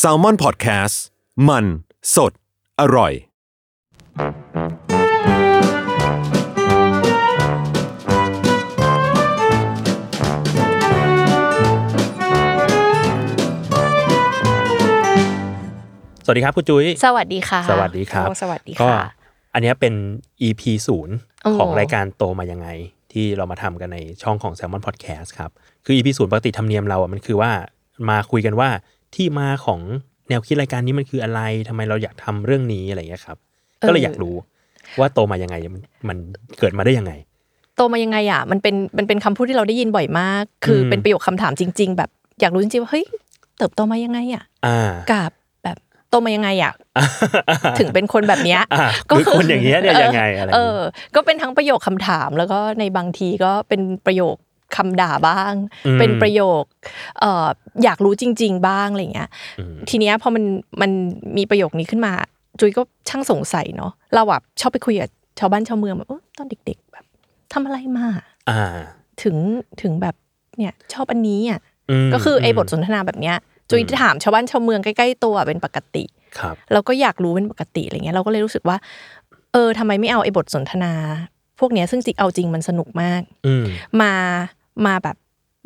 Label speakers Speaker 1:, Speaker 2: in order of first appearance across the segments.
Speaker 1: s a l ม o n PODCAST มันสดอร่อย
Speaker 2: สวัสดีครับคุณจุ้ย
Speaker 3: สวัสดีค่ะ
Speaker 2: สวัสดีครับ
Speaker 3: โอ้สวัสดี
Speaker 2: ก็
Speaker 3: ค่ะ
Speaker 2: อันเนี้ยเป็น EP ศูนย์
Speaker 3: โอ้
Speaker 2: ของรายการโตมายังไง ที่เรามาทำกันในช่องของ Salmon Podcast ครับ คือ EP ศูนย์ปกติธรรมเนียมเราอ่ะมันคือว่ามาคุยกันว่าที่มาของแนวคิดรายการนี้มันคืออะไรทำไมเราอยากทำเรื่องนี้อะไรอย่างเงี้ยครับ ก็เลยอยากรู้ว่าโตมายังไงมันมันเกิดมาได้ยังไง
Speaker 3: โตมายังไงอ่ะมันเป็นมันเป็นคำพูดที่เราได้ยินบ่อยมาก คืออ
Speaker 2: ม
Speaker 3: เป็นประโยคคำถามจริง ๆ แบบอยากรู้จริงๆว่าเฮ้ยเติบโตมายังไงอ่ะ
Speaker 2: อ่า
Speaker 3: กับแบบโตมายังไงอ่ะถึงเป็นคนแบบเนี้ย
Speaker 2: อ่ะหรือคนอย่างเงี้ยเนี่ยยังไงอะไรอย่าง
Speaker 3: เอ
Speaker 2: เงี้ย
Speaker 3: อ ก็เป็นทั้งประโยคคำถาม แล้วก็ในบางทีก็เป็นประโยคคำด่าบ้าง
Speaker 2: อืม
Speaker 3: เป็นประโยคเอ่ออยากรู้จริง ๆ บ้างอะไรอย่างเงี้ย
Speaker 2: ม
Speaker 3: ทีเนี้ยพอมันมันมีประโยคนี้ขึ้นมา จุยก็ช่างสงสัยเนาะเราแบบชอบไปคุยกับชาวบ้านชาวเมืองแบบเอ้อตอนเด็ก ๆ แบบทำอะไรมา
Speaker 2: อ่า
Speaker 3: ถึงถึงแบบเนี่ยชอบอันนี้อ่ะ
Speaker 2: ม
Speaker 3: ก็คือไอ้
Speaker 2: ม
Speaker 3: บทสนทนาแบบเนี้ยจุย
Speaker 2: อืม
Speaker 3: ถามชาวบ้านชาวเมืองใกล้ๆตัวเป็นปกติ
Speaker 2: ครับ
Speaker 3: เราก็อยากรู้เป็นปกติอะไรเงี้ยเราก็เลยรู้สึกว่า เออทำไมไม่เอาไอ้บทสนทนา พวกเนี้ยซึ่งจริงเอาจริงมันสนุกมาก
Speaker 2: อืม
Speaker 3: มามาแบบ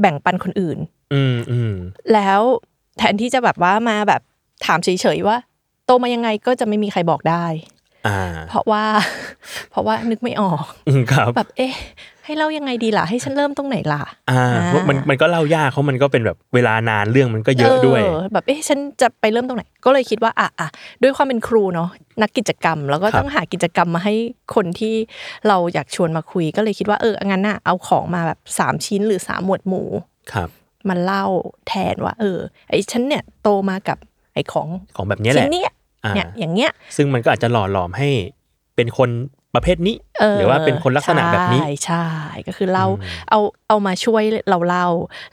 Speaker 3: แบ่งปันคนอื่น
Speaker 2: อืมอืม
Speaker 3: แล้วแทนที่จะแบบว่ามาแบบถามเฉยๆว่า โตมายังไงก็จะไม่มีใครบอกได้
Speaker 2: อ่า
Speaker 3: เพราะว่า เพราะว่านึกไม่ออก
Speaker 2: อืมครับ
Speaker 3: แบบเอ๊ะ ให้เล่ายังไงดีล่ะ ให้ฉันเริ่มตรงไหนล่ะ
Speaker 2: อ่า
Speaker 3: อ่า
Speaker 2: มันมันก็เล่ายากเพราะมันก็เป็นแบบเวลานานเรื่องมันก็เยอะด้วย
Speaker 3: เออแบบเอ๊ะฉันจะไปเริ่มตรงไหน ก็เลยคิดว่าอ่ะอ่ะด้วยความเป็นครูเนาะนักกิจกรรม แล้วก็
Speaker 2: ครับ
Speaker 3: ต้องหากิจกรรมมาให้คนที่เราอยากชวนมาคุย ก็เลยคิดว่าเอองั้นน่ะเอาของมาแบบสามชิ้นหรือสามหมวดหมู่
Speaker 2: ครับ
Speaker 3: มาเล่าแทนว่า เออ ไอ้ฉันเนี่ยโตมากับไอ้ของ
Speaker 2: ของแบบเนี้ยแห
Speaker 3: ชิ้
Speaker 2: ละ
Speaker 3: นเนี้ย
Speaker 2: อ่า
Speaker 3: เนี่ยอย่างเงี้ย
Speaker 2: ซึ่งมันก็อาจจะหล่อหลอมให้เป็นคนประเภทนี้
Speaker 3: เ
Speaker 2: หรือว่าเป็นคนลักษณะแบบนี้
Speaker 3: ใช่ใช่ก็คือเล่าเอาเอามาช่วยเราเล่า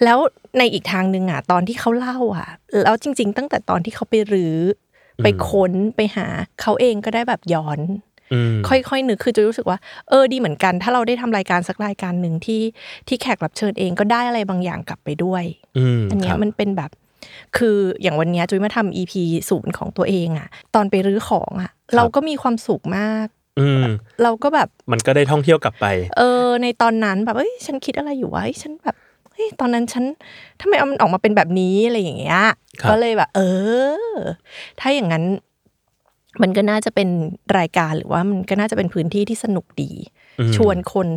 Speaker 3: แล้วในอีกทางหนึ่งอ่ะตอนที่เขาเล่าอ่ะ แล้วจริง ๆ ตั้งแต่ตอนที่เขาไปรื้ออ
Speaker 2: ม
Speaker 3: ไปค้นไปหาเขาเองก็ได้แบบย้อน
Speaker 2: อืม
Speaker 3: ค่อยๆนึกคือจะรู้สึกว่า เออดีเหมือนกัน ถ้าเราได้ทำรายการสักรายการหนึ่งที่ที่แขกรับเชิญเองก็ได้อะไรบางอย่างกลับไปด้วย
Speaker 2: อืม
Speaker 3: อัน
Speaker 2: ค
Speaker 3: เนี้ย
Speaker 2: รับ
Speaker 3: มันเป็นแบบ คืออย่างวันเนี้ยจุ้ยมาทำ EP ศูนย์ของตัวเองอ่ะ ตอนไปรื้อของอ่ะ เราก็มีความสุขมาก
Speaker 2: อืม
Speaker 3: เราก็แบบ
Speaker 2: มันก็ได้ท่องเที่ยวกลับไป
Speaker 3: เออในตอนนั้นแบบเอ้ยฉันคิดอะไรอยู่วะเอ้ยฉันแบบเฮ้ยตอนนั้นฉันทำไมเอามันออกมาเป็นแบบนี้อะไรอย่างเงี้ย
Speaker 2: ครับ
Speaker 3: ก็เลยแบบ เออ ถ้าอย่างนั้น มันก็น่าจะเป็นรายการหรือว่ามันก็น่าจะเป็นพื้นที่ที่สนุกดี
Speaker 2: อืม
Speaker 3: ชวนคน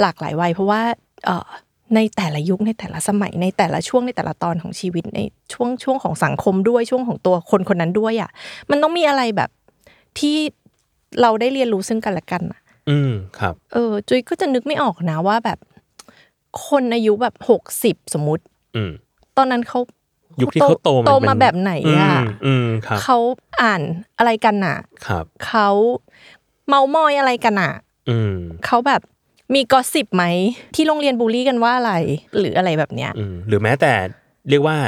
Speaker 3: หลากหลายวัย เพราะว่าเออในแต่ละยุคในแต่ละสมัยในแต่ละช่วงในแต่ละตอนของชีวิตในช่วงช่วงของสังคมด้วยช่วงของตัวคนคนนั้นด้วยอ่ะมันต้องมีอะไรแบบที่เราได้เรียนรู้ซึ่งกันและกันอะ
Speaker 2: อืมครับ
Speaker 3: เออจุ้ยก็จะนึกไม่ออกนะว่าแบบ คนอายุแบบหกสิบ60 สมมติ
Speaker 2: อืม
Speaker 3: ตอนนั้นเขา
Speaker 2: ยุคที่เขาโต
Speaker 3: โต
Speaker 2: น
Speaker 3: มา
Speaker 2: เป็น
Speaker 3: แบบไหนอ่ะ
Speaker 2: มอืมครับ
Speaker 3: เขาอ่านอะไรกันน่ะ
Speaker 2: ครับ
Speaker 3: เขาเมามอยอะไรกันน่ะ
Speaker 2: อืม
Speaker 3: เขาแบบมีกอสซิบไหม ที่โรงเรียนบูลลี่กันว่าอะไร หรืออะไรแบบเนี้ย
Speaker 2: อืมหรือแม้แต่เรียกว่า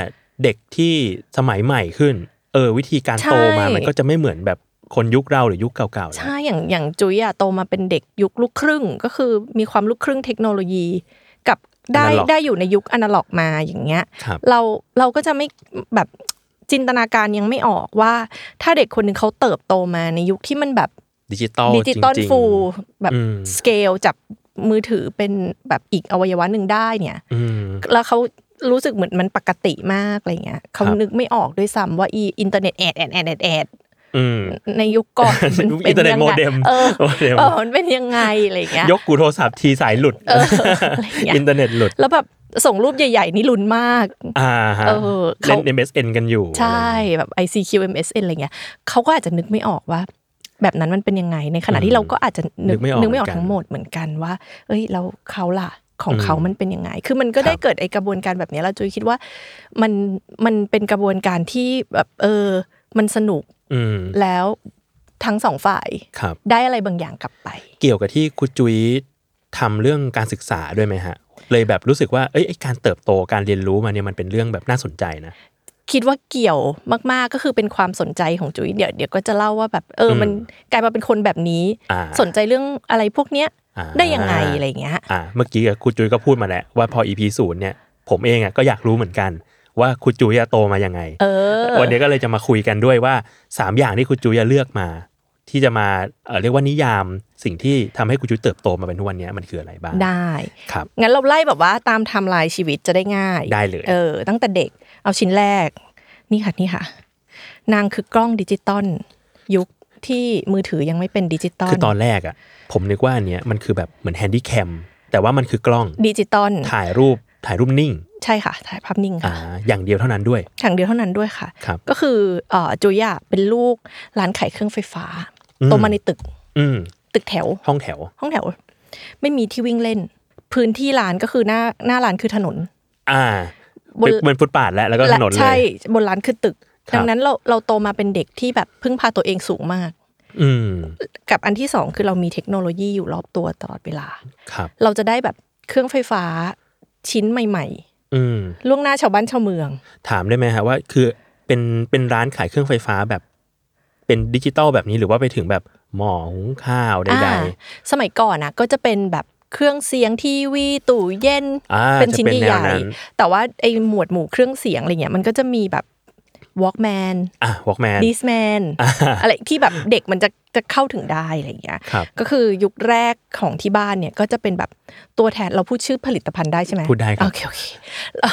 Speaker 2: เด็กที่สมัยใหม่ขึ้น เออ วิธีการโตมา
Speaker 3: ใช่
Speaker 2: มันก็จะไม่เหมือนแบบคนยุคเราหรือยุคเก่าๆแล้ว
Speaker 3: ใช่ อย่างอย่างจุ้ยอะโตมาเป็นเด็กยุคลูกครึ่ง ก็คือมีความลูกครึ่งเทคโนโลยี กับได้ได้อยู่ในยุคอนาล็อกมาอย่างเงี้ย
Speaker 2: ครับ
Speaker 3: เราเราก็จะไม่แบบจินตนาการยังไม่ออกว่า ถ้าเด็กคนหนึ่งเขาเติบโตมาในยุคที่มันแบบ
Speaker 2: ดิจิตอล
Speaker 3: ดิจิตอล
Speaker 2: จริงๆ
Speaker 3: ฟูลแบบ
Speaker 2: อืม
Speaker 3: สเกลจับมือถือเป็นแบบอีกอวัยวะหนึ่งได้เนี่ย
Speaker 2: อืม
Speaker 3: แล้วเขารู้สึกเหมือนมันปกติมากอะไรเงี้ยเขา
Speaker 2: ครับ
Speaker 3: นึกไม่ออกด้วยซ้ำว่าอีอินเทอร์เน็ตแอดแอดแอดแอดแอด
Speaker 2: อืม
Speaker 3: ในยุค ก่อนมั
Speaker 2: อินเทอร์เน็ต
Speaker 3: ยัง
Speaker 2: โม
Speaker 3: ไง
Speaker 2: เด็ม
Speaker 3: เออ
Speaker 2: โมเด็ม
Speaker 3: เออมันเป็นยังไงอะไรเงี้ย
Speaker 2: ยกกูโทรศัพท์ทีสายหลุด
Speaker 3: เอออะไรเงี้ย
Speaker 2: อินเทอร์เน็ตหลุด
Speaker 3: แล้วแบบส่งรูปใหญ่ๆนี่ลุ้นมาก
Speaker 2: อ่าฮะ
Speaker 3: เออเขา
Speaker 2: เล่น MSN กันอยู่
Speaker 3: ใช่แบบ ICQ MSN อะไรเงี้ยเขาก็อาจจะนึกไม่ออกว่า แบบนั้นมันเป็นยังไง ในขณะที่เราก็อาจจะ
Speaker 2: นึกไม่ออก
Speaker 3: นึกไม่ออก
Speaker 2: เหมือนกัน
Speaker 3: ทั้งหมดเหมือนกันว่า เอ้ยเราเขาล่ะของ
Speaker 2: อืม
Speaker 3: เขามันเป็นยังไง คือมันก็ได้
Speaker 2: ครับ
Speaker 3: เกิดไอกระบวนการแบบเนี้ยเราจุยคิดว่ามันมันเป็นกระบวนการที่แบบเออ มันสนุก
Speaker 2: อืม
Speaker 3: แล้วทั้งสองฝ่าย
Speaker 2: ครับ
Speaker 3: ได้อะไรบางอย่างกลับไป
Speaker 2: เกี่ยวกับที่คุณจุ้ยทำเรื่องการศึกษาด้วยไหมฮะ เลยแบบรู้สึกว่าเอ้ยไอ้การเติบโตการเรียนรู้มาเนี่ยมันเป็นเรื่องแบบน่าสนใจนะ
Speaker 3: คิดว่าเกี่ยวมาก ๆ ก็คือเป็นความสนใจของจุ๋ยเดี๋ยวเดี๋ยวก็จะเล่าว่าแบบเอออ
Speaker 2: ม
Speaker 3: มันกลายมาเป็นคนแบบนี้
Speaker 2: อ่า
Speaker 3: สนใจเรื่องอะไรพวกเนี้ย
Speaker 2: อ่า
Speaker 3: ได้ยังไงอะไรเงี้ย
Speaker 2: อ่า เมื่อกี้อะคุณจุ้ยก็พูดมาแล้วว่าพอ EP ศูนย์เนี่ย ผมเองอ่ะก็อยากรู้เหมือนกัน ว่าคุณจุยอะโตมายังไง
Speaker 3: เออ
Speaker 2: วันนี้ก็เลยจะมาคุยกันด้วยว่า 3 อย่างที่คุณจุยอะเลือกมา ที่จะมาเอ่อเรียกว่านิยามสิ่งที่ทำให้คุณจุยเติบโตมาเป็นทุกวันเนี้ยมันคืออะไรบ้าง
Speaker 3: ได้
Speaker 2: ครับ
Speaker 3: งั้นเราไล่แบบว่าตามไทม์ไลน์ชีวิตจะได้ง่าย
Speaker 2: ได้เลย
Speaker 3: เออ ตั้งแต่เด็ก เอาชิ้นแรก นี่ค่ะนี่ค่ะ นางคือกล้องดิจิตอลยุคที่มือถือยังไม่เป็นดิจิตอล
Speaker 2: คือตอนแรกอะผมนึกว่าอันเนี้ยมันคือแบบเหมือนแฮนดี้แคมแต่ว่ามันคือกล้อง
Speaker 3: ดิจิตอล
Speaker 2: ถ่ายรูปถ่ายรูปนิ่ง
Speaker 3: ใช่ค่ะถ่ายภาพนิ่ง
Speaker 2: อ่า
Speaker 3: ค่ะ
Speaker 2: อย่างเดียวเท่านั้นด้วย
Speaker 3: อย่างเดียวเท่านั้นด้วยค่ะ
Speaker 2: ครับ
Speaker 3: ก็คือเอ่อจุยอะเป็นลูกร้านขายเครื่องไฟฟ้า
Speaker 2: อืม
Speaker 3: โตมาในตึก
Speaker 2: อืม
Speaker 3: ตึกแถว
Speaker 2: ห้องแถว
Speaker 3: ห้องแถว ไม่มีที่วิ่งเล่น พื้นที่ร้านก็คือหน้าหน้าร้านคือถนน
Speaker 2: อ่า
Speaker 3: บน
Speaker 2: เป็นเหมือนฟุตปาดแล้วแล้วก็ถนน
Speaker 3: และ
Speaker 2: เล
Speaker 3: ใช่
Speaker 2: ย
Speaker 3: บนร้านคือตึก
Speaker 2: ครับ
Speaker 3: ดังนั้นเราเราโตมาเป็นเด็กที่แบบพึ่งพาตัวเองสูงมาก
Speaker 2: อืม
Speaker 3: กับอันที่สองคือเรามีเทคโนโลยีอยู่รอบตัวตลอดเวลา
Speaker 2: ครับ
Speaker 3: เราจะได้แบบเครื่องไฟฟ้าชิ้นใหม่
Speaker 2: อืม
Speaker 3: ๆ ล่วงหน้าชาวบ้านชาวเมือง
Speaker 2: ถามได้ไหมฮะว่าคือเป็นเป็นร้านขายเครื่องไฟฟ้าแบบ เป็นดิจิตอลแบบนี้หรือว่าไปถึงแบบหม้อหุงข้าวใด
Speaker 3: อ่า สมัยก่อนนะก็จะเป็นแบบเครื่องเสียงทีวีตู้เย็น
Speaker 2: ๆอ่า
Speaker 3: เป็น
Speaker 2: จะ
Speaker 3: ชิ้น
Speaker 2: เป็นแน
Speaker 3: ให
Speaker 2: ว
Speaker 3: ญ่
Speaker 2: นั้น
Speaker 3: ๆแต่ว่าไอหมวดหมู่เครื่องเสียงอะไรเงี้ยมันก็จะมีแบบ Walkman
Speaker 2: อ่ะวอล์กแมน
Speaker 3: d i s m a n อะไรที่แบบเด็กมันจะจะเข้าถึงได้อะไรเงี้ย
Speaker 2: ครับ
Speaker 3: ก็คือยุคแรกของที่บ้านเนี่ยก็จะเป็นแบบตัวแทนเราพูดชื่อผลิตภัณฑ์ได้ใช่ไหม
Speaker 2: พูดได้ครับ
Speaker 3: โอเคโอ เคเรา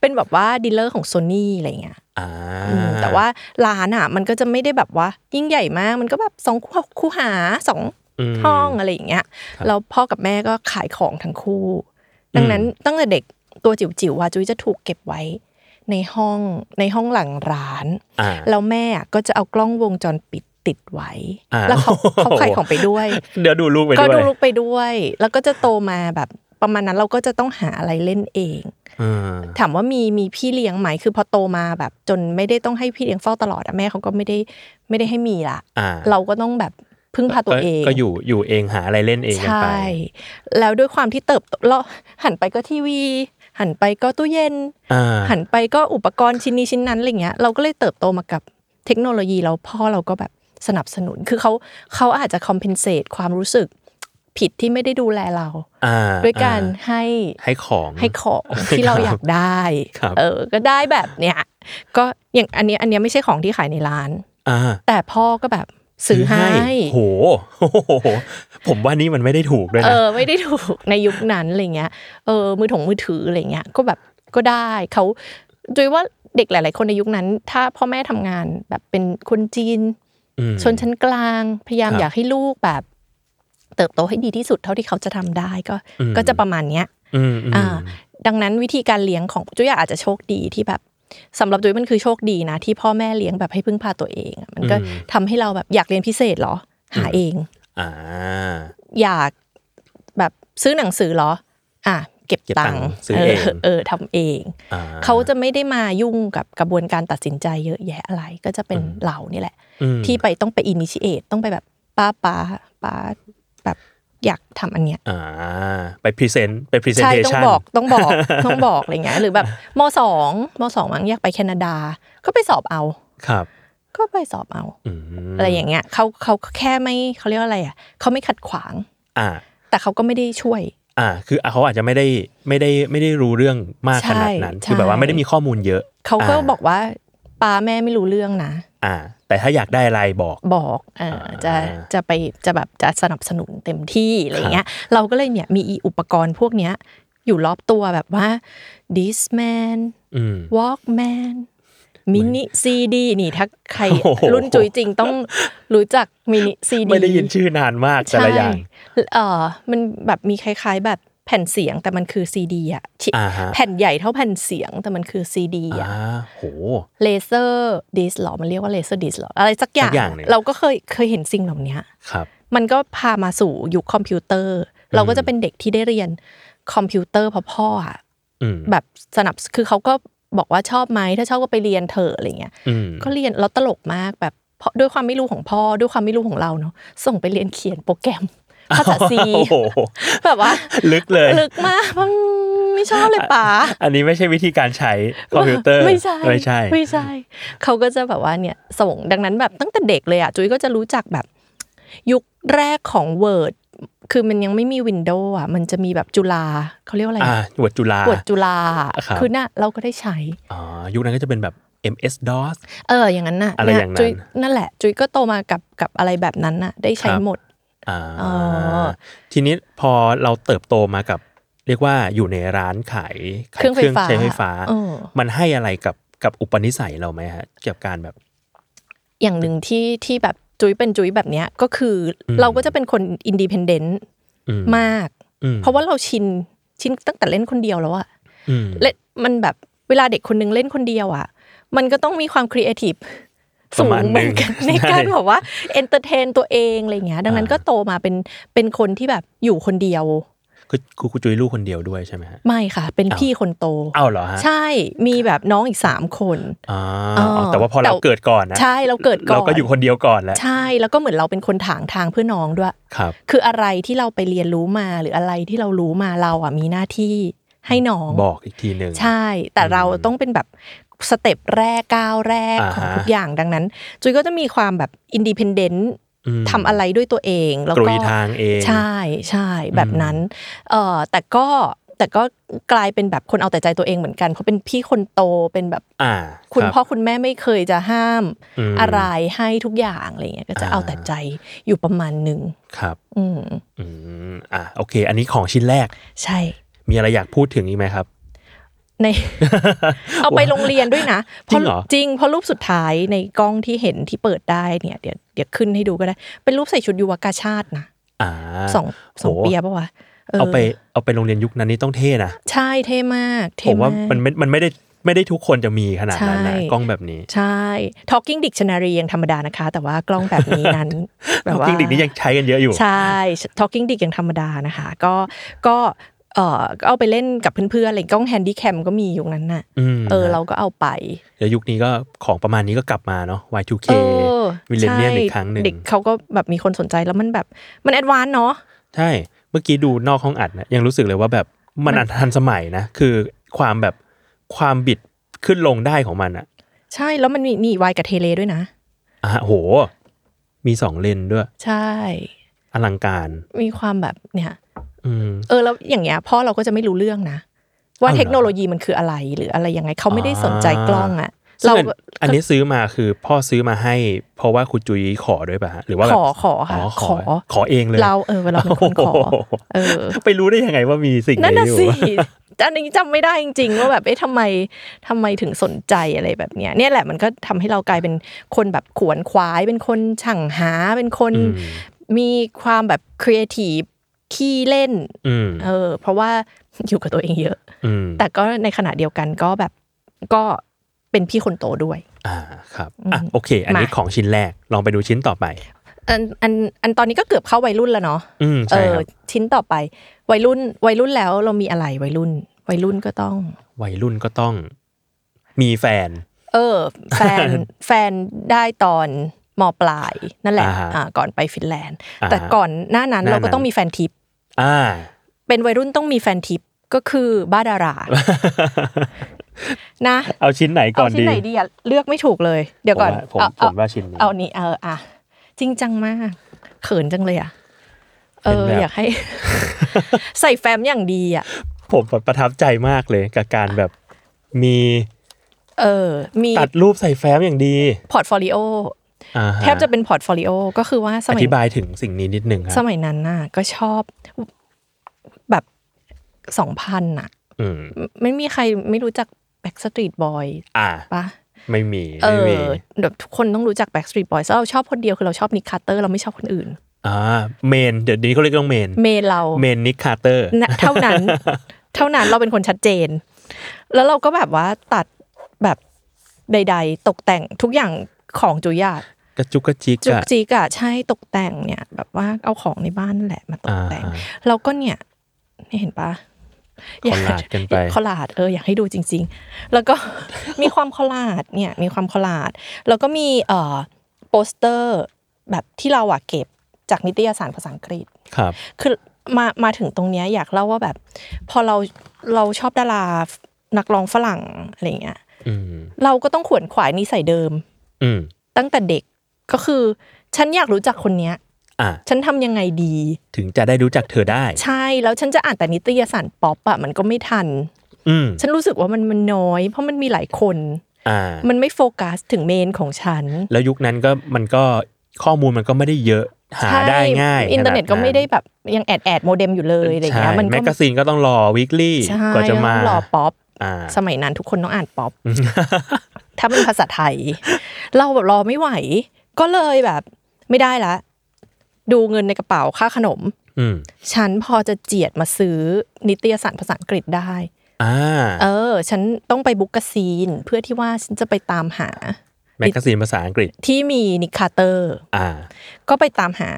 Speaker 3: เป็นแบบว่าดีลเลอร์ของโซนี่อะไรเงี้ย
Speaker 2: อ่า
Speaker 3: อืมแต่ว่าร้านอ่ะมันก็จะไม่ได้แบบว่ายิ่งใหญ่มาก มันก็แบบสองคู่คู่หาสอง
Speaker 2: ม
Speaker 3: ห้องอะไรอย่างเงี้ย
Speaker 2: ครับ
Speaker 3: แล้วพ่อกับแม่ก็ขายของทั้งคู่ ดังนั้น
Speaker 2: อืม
Speaker 3: ตั้งแต่เด็กตัวจิ๋วๆว่าจุ้ยจะถูกเก็บไว้ในห้องในห้องหลังร้าน
Speaker 2: อ่า
Speaker 3: แล้วแม่ก็จะเอากล้องวงจรปิดติดไว้
Speaker 2: อ่า
Speaker 3: แล้วเขา
Speaker 2: โอ้โห
Speaker 3: เขาขายของไปด้วย
Speaker 2: เดี๋ยวดูลูกไป
Speaker 3: ก็
Speaker 2: ด้ว
Speaker 3: ดู
Speaker 2: ย
Speaker 3: ลูกไปด้วย แล้วก็จะโตมาแบบประมาณนั้นเราก็จะต้องหาอะไรเล่นเอง
Speaker 2: อ่า
Speaker 3: ถามว่ามีมีพี่เลี้ยงไหมคือพอโตมาแบบ จนไม่ได้ต้องให้พี่เลี้ยงเฝ้าตลอดอะแม่เขาก็ไม่ได้ไม่ได้ให้มีละ
Speaker 2: อ่า
Speaker 3: เราก็ต้องแบบพึ่งพาตัวเอง
Speaker 2: ก็ก็อยู่อยู่เองหาอะไรเล่นเองกัน
Speaker 3: ใช่
Speaker 2: ไป
Speaker 3: แล้วด้วยความที่เติบโตเราหันไปก็ทีวี หันไปก็ตู้เย็น
Speaker 2: อ่า
Speaker 3: หันไปก็อุปกรณ์ชิ้นนี้ชิ้นนั้นอะไรเงี้ยเราก็เลยเติบโตมากับเทคโนโลยีแล้วพ่อเราก็แบบสนับสนุน คือเขาเขาอาจจะคอมเพนเซตความรู้สึกผิดที่ไม่ได้ดูแลเรา
Speaker 2: อ่า
Speaker 3: ด้วยการ
Speaker 2: อ่
Speaker 3: ให้
Speaker 2: ให้ของ
Speaker 3: ให้ของที่เราอยากได้
Speaker 2: ครับ
Speaker 3: เออ ก็ได้แบบเนี้ยก็อย่างอันเนี้ยอันเนี้ยไม่ใช่ของที่ขายในร้าน
Speaker 2: อ่า
Speaker 3: แต่พ่อก็แบบซื้อให้
Speaker 2: โห ผมว่านี่มันไม่ได้ถูกด้วย
Speaker 3: เอ
Speaker 2: นะ
Speaker 3: อไม่ได้ถูกในยุคนั้นอะไรเงี้ยเออมือถงมือถืออะไรเงี้ยก็แบบก็ได้เขาจุยว่าเด็กหลาย ๆ คนในยุคนั้น ถ้าพ่อแม่ทำงานแบบเป็นคนจีน
Speaker 2: ม
Speaker 3: ชนชั้นกลาง พยายาม
Speaker 2: ครับ
Speaker 3: อยากให้ลูกแบบ เติบโตให้ดีที่สุดเท่าที่เขาจะทำได้ก็
Speaker 2: อืม
Speaker 3: ก็จะประมาณเนี้ย
Speaker 2: อืมอืม
Speaker 3: อ่า ดังนั้นวิธีการเลี้ยงของจุยอาจจะโชคดีที่แบบสำหรับจุยมันคือโชคดีนะ ที่พ่อแม่เลี้ยงแบบให้พึ่งพาตัวเองอะมันก็ทำให้เราแบบอยากเรียนพิเศษเหรอ หาเอง
Speaker 2: อ่า
Speaker 3: อยากแบบซื้อหนังสือเหรอ อ่ะเก็บ
Speaker 2: เก็บตั
Speaker 3: ตั
Speaker 2: ง
Speaker 3: ง
Speaker 2: ค์
Speaker 3: ค์
Speaker 2: ซื้อเอง
Speaker 3: เออทำเอง
Speaker 2: อ่า
Speaker 3: เขาจะไม่ได้มายุ่งกับกระบวนการตัดสินใจเยอะแยะอะไร ก็จะเป็น
Speaker 2: อืม
Speaker 3: เรานี่แหละ
Speaker 2: อืม
Speaker 3: ที่ไปต้องไปอินิชิเอตต้องไปแบบป้าป้าป้าแบบอยากทำอันเนี้ย
Speaker 2: อ่า ไปพรีเซนต์ไปพรีเซน
Speaker 3: ใช่
Speaker 2: เท
Speaker 3: ต้อ
Speaker 2: ชั
Speaker 3: ง
Speaker 2: น
Speaker 3: บอกต้องบอก ต้องบอกอะไรเงี้ยหรือแบบมสองมสองมั้งอยากไปแคนาดา ก็ไปสอบเอา
Speaker 2: ครับ
Speaker 3: ก็ไปสอบเอา
Speaker 2: อืม
Speaker 3: อะไรอย่างเงี้ยเขาเขาแค่ไม่เขาเรียกว่าอะไรอ่ะเขาไม่ขัดขวาง
Speaker 2: อ่า
Speaker 3: แต่เขาก็ไม่ได้ช่วย
Speaker 2: อ่า คือเขาอาจจะไม่ได้ไม่ได้ไม่ได้รู้เรื่องมากขนาดนั้น
Speaker 3: ใช่
Speaker 2: คือแบบว่า
Speaker 3: ใช่
Speaker 2: ไม่ได้มีข้อมูลเยอะ
Speaker 3: เขาก็
Speaker 2: อ่า
Speaker 3: บอกว่าป้าแม่ไม่รู้เรื่องนะ
Speaker 2: อ่า แต่ถ้าอยากได้อะไรบอก
Speaker 3: บอกเอ่ออา จะจะไปจะแบบจะสนับสนุนเต็มที่อะไรเงี้ย เราก็เลยเนี่ยมีอีอุปกรณ์พวกเนี้ย อยู่รอบตัวแบบว่า Discman
Speaker 2: อืม
Speaker 3: Walkman มินิซีดีนี่ถ้าใคร
Speaker 2: โอ้โห
Speaker 3: รุ่นจุยจริงต้องรู้จักมินิซีดี
Speaker 2: ไม่ได้ยินชื่อนานมากแต่ละอย่าง
Speaker 3: เออมันแบบมีคล้ายๆแบบแผ่นเสียงแต่มันคือซีดีอะที่
Speaker 2: อ่าฮะ
Speaker 3: แผ่นใหญ่เท่าแผ่นเสียงแต่มันคือซีดีอะ
Speaker 2: อ่า โห
Speaker 3: เลเซอร์ดิสหรอ มันเรียกว่าเลเซอร์ดิสหรอ อะไรสักอย่า
Speaker 2: สัก
Speaker 3: ง
Speaker 2: อย่างหนึ่ง
Speaker 3: เราก็เคยเคยเห็นสิ่งเหล่านี้
Speaker 2: ครับ
Speaker 3: มันก็พามาสู่ยุคคอมพิวเตอร์ เราก็จะเป็นเด็กที่ได้เรียนคอมพิวเตอร์เพราะพ่ออะ
Speaker 2: อืม
Speaker 3: แบบสนับคือเขาก็บอกว่าชอบไหมถ้าชอบก็ไปเรียนเถอะอะไรเงี้ย
Speaker 2: อืม
Speaker 3: ก็เรียนแล้วตลกมากแบบเพราะด้วยความไม่รู้ของพ่อด้วยความไม่รู้ของเราเนาะส่งไปเรียนเขียนโปรแกร มภาษาซี
Speaker 2: โอ้โห
Speaker 3: แบบว่า
Speaker 2: ลึกเลย
Speaker 3: ลึกมากอืมไม่ชอบเลยป๋า
Speaker 2: อันนี้ไม่ใช่วิธีการใช้ คอมพิวเตอร์
Speaker 3: ไม่ใช่
Speaker 2: ไม่ใช่
Speaker 3: ไม่ใช่ เขาก็จะแบบว่าเนี่ยส่งดังนั้นแบบตั้งแต่เด็กเลยอ่ะจุ้ยก็จะรู้จักแบบ ยุคแรกของ Word คือมันยังไม่มีวินโดว์อ่ะมันจะมีแบบจุฬาเขาเรียกว่าอะไร
Speaker 2: อ่า
Speaker 3: นะ
Speaker 2: หวดจุฬา
Speaker 3: กวดจุฬา
Speaker 2: ครับ
Speaker 3: อน่ะเราก็ได้ใช้
Speaker 2: อ่ายุคนั้นก็จะเป็นแบบ MS DOS
Speaker 3: เอออย่างนั้นน่ะ
Speaker 2: อะไร
Speaker 3: เนี่ย
Speaker 2: อย่างนั้น
Speaker 3: จุยนั่นแหละ จุยก็โตมากับกับอะไรแบบนั้นน่ะ ได้ใช้
Speaker 2: ครับ
Speaker 3: หมด
Speaker 2: อ่า
Speaker 3: อ๋อ
Speaker 2: ทีนี้พอเราเติบโตมากับ เรียกว่าอยู่ในร้านขายขาย
Speaker 3: เครื่องไฟฟ้า
Speaker 2: ใช้ไฟฟ้า
Speaker 3: เออ
Speaker 2: มันให้อะไรกับกับอุปนิสัยเราไหมฮะเกี่ยวกับการแบบ
Speaker 3: อย่างหนึ่งที่ที่แบบจุยเป็นจุยแบบเนี้ยก็คืออ
Speaker 2: ม
Speaker 3: เราก็จะเป็นคนอินดีเพนเดนต์
Speaker 2: อืม
Speaker 3: มาก
Speaker 2: อืม
Speaker 3: เพราะว่าเราชินชินตั้งแต่เล่นคนเดียวแล้วอะ
Speaker 2: อืม
Speaker 3: เล่นมันแบบเวลาเด็กคนนึงเล่นคนเดียวอะมันก็ต้องมีความครีเอทีฟ
Speaker 2: ป
Speaker 3: สู
Speaker 2: ระ
Speaker 3: ง
Speaker 2: มาณ
Speaker 3: เหมือนกัน
Speaker 2: หนึ่
Speaker 3: ใน
Speaker 2: ง
Speaker 3: การ
Speaker 2: ใช่
Speaker 3: แบบว่าเอนเตอร์เทนตัวเองอะไรอย่างเงี้ย ดังนั้น
Speaker 2: อ่า
Speaker 3: ก็โตมาเป็นเป็นคนที่แบบอยู่คนเดียว
Speaker 2: คือคือคุณจุ้ยลูกคนเดียวด้วยใช่ไหมฮะ
Speaker 3: ไม่ค่ะ เป็น
Speaker 2: อ้าว
Speaker 3: พี่คนโต
Speaker 2: เอ้าเหรอฮะ
Speaker 3: ใช่มีแบบน้องอีกสามคน
Speaker 2: อ่า
Speaker 3: เออ
Speaker 2: อ๋อแต่ว่าพอ
Speaker 3: แต่
Speaker 2: เราเกิดก่อนนะ
Speaker 3: ใช่เราเกิดก่อน
Speaker 2: เราก็อยู่คนเดียวก่อนแล้ว
Speaker 3: ใช่แล้วก็เหมือนเราเป็นคนถางทางเพื่อน้องด้วย
Speaker 2: ครับ
Speaker 3: คืออะไรที่เราไปเรียนรู้มาหรืออะไรที่เรารู้มาเราอ่ะมีหน้าที่ให้น้อง
Speaker 2: บอกอีกทีหนึ่ง
Speaker 3: ใช่ แต่เราต้องเป็นแบบสเต็ปแรกก้าวแรก
Speaker 2: อ่าฮะ
Speaker 3: ของทุกอย่างดังนั้น จุยก็จะมีความแบบอินดีเพนเดนต์
Speaker 2: ม
Speaker 3: ทำอะไรด้วยตัวเองแล้ว
Speaker 2: กรุ
Speaker 3: ก็
Speaker 2: ยทางเอง
Speaker 3: ใช่ใช่แบบนั้นเออแต่ก็แต่ก็กลายเป็นแบบคนเอาแต่ใจตัวเองเหมือนกันเพราะเป็นพี่คนโตเป็นแบบ
Speaker 2: อ่า
Speaker 3: คุณ
Speaker 2: รับ
Speaker 3: พ่อคุณแม่ไม่เคยจะห้าม
Speaker 2: ม
Speaker 3: อะไรให้ทุกอย่างอะไรเงี้ยก็จะ
Speaker 2: อ่า
Speaker 3: เอาแต่ใจอยู่ประมาณหนึ่ง
Speaker 2: ครับ
Speaker 3: อืม
Speaker 2: อืมอ่ะโอเค อันนี้ของชิ้นแรก
Speaker 3: ใช่
Speaker 2: มีอะไรอยากพูดถึงอีกไหมครับ
Speaker 3: ใน เอาไปโรงเรียนด้วยนะ
Speaker 2: จริงเหรอ
Speaker 3: พาะจริงเพราะรูปสุดท้ายในกล้องที่เห็นที่เปิดได้เนี่ยเดี๋ยวเดี๋ยวขึ้นให้ดูก็ได้ เป็นรูปใส่ชุดยุวกาชาตินะ
Speaker 2: อ่า
Speaker 3: สองสอง
Speaker 2: โห
Speaker 3: เปียปะวะ
Speaker 2: เอาไปเอาไปโรงเรียนยุคนั้นนี่ต้องเท่นะ
Speaker 3: ใช่เท่มากเท่
Speaker 2: ผมว่า
Speaker 3: าก
Speaker 2: มันไม่มันไม่ได้ไม่ได้ทุกคนจะมีขนาดนั้นนะ
Speaker 3: ใช่
Speaker 2: กล้องแบบนี้
Speaker 3: ใช่ Talking Dictionary ยังธรรมดานะคะ แต่ว่ากล้องแบบนี้ นั้น แบบว่า
Speaker 2: จริงดิกนี่ยังใช้กันเยอะอยู่
Speaker 3: ใช่ Talking Dic ยังธรรมดานะคะ ก็ก็เออก็เอาไปเล่นกับเพื่อนๆอะไรกล้องแฮนดี้แคมก็มีอยู่นั้นน่ะ
Speaker 2: อืม
Speaker 3: เออ เราก็เอาไป
Speaker 2: เดี๋ยวยุคนี้ก็ของประมาณนี้ก็กลับมาเนาะ Y2K
Speaker 3: เออ
Speaker 2: มิเลเนียม
Speaker 3: ใช่
Speaker 2: อีกครั้งหนึ่ง
Speaker 3: เด็กเขาก็แบบมีคนสนใจแล้วมันแบบมันแอดวานซ์เนาะ
Speaker 2: ใช่เมื่อกี้ดูนอกห้องอัดนะยังรู้สึกเลยว่าแบบมันอันทันสมัยนะ คือความแบบความบิดขึ้นลงได้ของมันอะ
Speaker 3: ใช่แล้วมันมีมีวายกับเทเลด้วยนะ
Speaker 2: อ่ะโห มีสองเลนด้วย
Speaker 3: ใช่
Speaker 2: อลังการ
Speaker 3: มีความแบบเนี่ย
Speaker 2: อืม
Speaker 3: เออแล้วอย่างเงี้ยพ่อเราก็จะไม่รู้เรื่องนะ ว่า
Speaker 2: อ้าวเหรอ
Speaker 3: เทคโนโลยีมันคืออะไรหรืออะไรยังไงเขาไม่ได้สนใจ
Speaker 2: อ่า
Speaker 3: กล้องอะ
Speaker 2: ซึ่งอัน
Speaker 3: เรา
Speaker 2: อันนี้ซื้อมาคือพ่อซื้อมาให้ เพราะว่าคุณจุ้ยขอด้วยป่ะฮะหรือว่า
Speaker 3: ข
Speaker 2: แบบ
Speaker 3: อขอค่ะ
Speaker 2: ขอขอเองเลย
Speaker 3: เราเออเราเป็นคนขอ
Speaker 2: โอ้โห
Speaker 3: เออ
Speaker 2: ไปรู้ได้ยังไงว่ามีสิ่ง
Speaker 3: นั่น
Speaker 2: นี้
Speaker 3: น่ะ
Speaker 2: อยู่
Speaker 3: สิอันนี้จำไม่ได้จริงๆว่าแบบเอ๊ะทำไมทำไมถึงสนใจอะไรแบบเนี้ยเนี่ยแหละมันก็ทำให้เรากลายเป็นคนแบบขวนขวาย เป็นคนช่างหาเป็นคน
Speaker 2: อืม
Speaker 3: มีความแบบครีเอทีฟขี้เล่น
Speaker 2: อืม
Speaker 3: เออ เพราะ ว่า อยู่กับตัวเองเยอะ
Speaker 2: อืม
Speaker 3: แต่ก็ในขณะเดียวกันก็แบบก็เป็นพี่คนโตด้วย
Speaker 2: อ่าครับอ่ะ
Speaker 3: อืม
Speaker 2: โอเค อันนี้
Speaker 3: มา
Speaker 2: ของชิ้นแรกลองไปดูชิ้นต่อไป
Speaker 3: อันอันอันตอนนี้ก็เกือบเข้าวัยรุ่นแล้วเนาะ
Speaker 2: อืม
Speaker 3: เอ
Speaker 2: ใช่
Speaker 3: อ
Speaker 2: ครับ
Speaker 3: ชิ้นต่อไป วัยรุ่นวัยรุ่นแล้วเรามีอะไรวัยรุ่น วัยรุ่นก็ต้อง
Speaker 2: วัยรุ่นก็ต้อง มีแฟน
Speaker 3: เออ แฟ น แฟนได้ตอนมปลายนั่นแหละ
Speaker 2: อ่าฮะ
Speaker 3: อ่าก่อนไปฟินแลนด์
Speaker 2: อ่าฮะ
Speaker 3: แต่ก่อนหน้านั้น
Speaker 2: หน้านั้น
Speaker 3: เราก็ต้องมีแฟนทิป
Speaker 2: อ่า
Speaker 3: เป็นวัยรุ่นต้องมีแฟนทิปก็คือบ้าดา รา นะ
Speaker 2: เอาชิ้นไหนก่
Speaker 3: เอา
Speaker 2: อน
Speaker 3: ชิ้
Speaker 2: ดี
Speaker 3: นไหนดีอะเลือกไม่ถูกเลย เดี๋ยวก่อน
Speaker 2: ผม
Speaker 3: เอา
Speaker 2: ว่าผมผม
Speaker 3: เอา
Speaker 2: ว่าชิ้นนี้
Speaker 3: เอานี่เอออ่ะจริงจังมาก เขินจังเลยอ่ะ เออ
Speaker 2: เป็นแบบ
Speaker 3: อยาก ให้ ใส่แฟ้มอย่างดีอ่ะ
Speaker 2: ผมแบบประทับใจมากเลยกับการแบบมี
Speaker 3: เออ มี
Speaker 2: ตัดรูปใส่แฟ้มอย่างดี
Speaker 3: พอร์ตโฟลิโอ
Speaker 2: อ่าฮ
Speaker 3: แทบจะเป็นพอร์ตโฟลิโอก็คือว่าส
Speaker 2: อ
Speaker 3: มัย
Speaker 2: ธิบายถึงสิ่งนี้นิดหนึ่งค
Speaker 3: ส
Speaker 2: รับ
Speaker 3: มัยนั้นน่ะ ก็ชอบแบบสองพันน่ะ
Speaker 2: อืม
Speaker 3: ไม่มีใครไม่รู้จักแบ็กสตรีทบอย
Speaker 2: อ่า
Speaker 3: ปะ
Speaker 2: ไม่มี
Speaker 3: เอ
Speaker 2: ไม่
Speaker 3: อ
Speaker 2: มี
Speaker 3: แบบทุกคนต้องรู้จักแบ็กสตรีทบอยเราชอบคนเดียวคือเราชอบนิคคาร์เตอร์เราไม่ชอบคนอื่น
Speaker 2: อ่าเมน เดี๋ยวนี้เขาเรียกว่าเมน
Speaker 3: เมนเรา
Speaker 2: เมนนิคคาร์เตอร์
Speaker 3: นะเท่านั้น เท่านั้นเราเป็นคนชัดเจน แล้วเราก็แบบว่าตัดแบบใด ๆ ตกแต่งทุกอย่างของจุยาต
Speaker 2: กระจุกกระจิก
Speaker 3: จุก
Speaker 2: อะ
Speaker 3: จิกอะใช่ตกแต่งเนี่ย แบบว่าเอาของในบ้านนั่นแหละมาตก
Speaker 2: อ่า
Speaker 3: แต่ง
Speaker 2: ฮะ
Speaker 3: แล้วก็เนี่ยนี่เห็นปะ
Speaker 2: คอลลาจกันไป
Speaker 3: คอลลาดเอออยากให้ดูจริง ๆ แล้วก็ มีความคอลลาดเนี่ย มีความคอลลาดแล้วก็มีเอ่อโปสเตอร์แบบที่เราอะเก็บจากนิตยสารภาษาอังกฤษ
Speaker 2: ครับ
Speaker 3: คือมามาถึงตรงเนี้ยอยากเล่าว่าแบบ พอเราเราชอบดารานักร้องฝรั่งอะไรเงี้ย
Speaker 2: อืม
Speaker 3: เราก็ต้องขวนขวายนิสัยเดิม
Speaker 2: อืม
Speaker 3: ตั้งแต่เด็กก็คือ ฉันอยากรู้จักคนเนี้ย
Speaker 2: อ่ะ
Speaker 3: ฉันทำยังไงดี
Speaker 2: ถึงจะได้รู้จักเธอได้
Speaker 3: ใช่แล้วฉันจะอ่านแต่นิตยสารป๊อปอะมันก็ไม่ทัน
Speaker 2: อืม
Speaker 3: ฉันรู้สึกว่ามันมันน้อย เพราะมันมีหลายคน
Speaker 2: อ่า
Speaker 3: มันไม่โฟกัสถึงเมนของฉัน
Speaker 2: แล้วยุคนั้นก็มันก็ข้อมูลมันก็ไม่ได้เยอะหาได้ง่าย
Speaker 3: ใช่อินเทอร์เน็ตก็ไม่ได้
Speaker 2: ขา
Speaker 3: แบบยังแอดแอดโมเด็มอยู่เลยอะไรอย่าง
Speaker 2: ใช่
Speaker 3: เงี้ยมัน
Speaker 2: แม
Speaker 3: ก็
Speaker 2: กกาซีนก็ต้องรอวีคลี่
Speaker 3: ใช่
Speaker 2: กว่าจะมา
Speaker 3: ต้องรอป๊อป
Speaker 2: อ่า
Speaker 3: สมัยนั้นทุกคนต้องอ่านป๊อป ถ้าเป็นภาษาไทย เราแบบรอไม่ไหว ก็เลยแบบ ไม่ได้ละ ดูเงินในกระเป๋าค่าขนม
Speaker 2: อืม
Speaker 3: ฉันพอจะเจียดมาซื้อนิตยสารภาษาอังกฤษได้
Speaker 2: อ่า
Speaker 3: เออ ฉันต้องไปบุ๊กกะซีน เพื่อที่ว่าฉันจะไปตามหา
Speaker 2: แมกกาซีนภาษาอังกฤษ
Speaker 3: ที่มีนิกคาร์เตอร์
Speaker 2: อ่า
Speaker 3: ก็ไปตามหา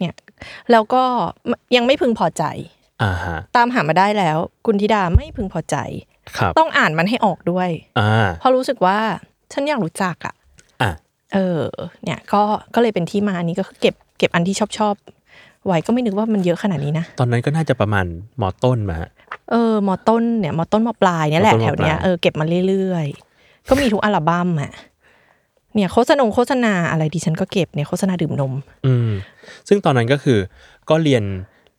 Speaker 3: เนี่ย แล้วก็ยังไม่พึงพอใจ
Speaker 2: อ่าฮะ
Speaker 3: ตามหามาได้แล้ว คุณธิดาไม่พึงพอใจ
Speaker 2: ครับ
Speaker 3: ต้องอ่านมันให้ออกด้วย
Speaker 2: อ่า
Speaker 3: เพราะรู้สึกว่าฉันอยากรู้จักอะ
Speaker 2: อ่ะ
Speaker 3: เออ เนี่ยก็ก็เลยเป็นที่มาอันนี้ก็คือเก็บเก็บอันที่ชอบชอบไว้ก็ไม่นึกว่ามันเยอะขนาดนี้นะ
Speaker 2: ตอนนั้นก็น่าจะประมาณมอต้นมาฮะ
Speaker 3: เออมอต้นเนี่ยมอต้นมอปลายเนี่ยแหละ
Speaker 2: มอต้นม
Speaker 3: แถ
Speaker 2: อปลาย
Speaker 3: วเนี้ยเออเก็บมาเรื่อยๆ ก็มีทุกอัลบั้มอะเนี่ยโฆษณงโฆษณาอะไรดิฉันก็เก็บเนี่ยโฆษณาดื่มนม
Speaker 2: อืม ซึ่งตอนนั้นก็คือก็เรียน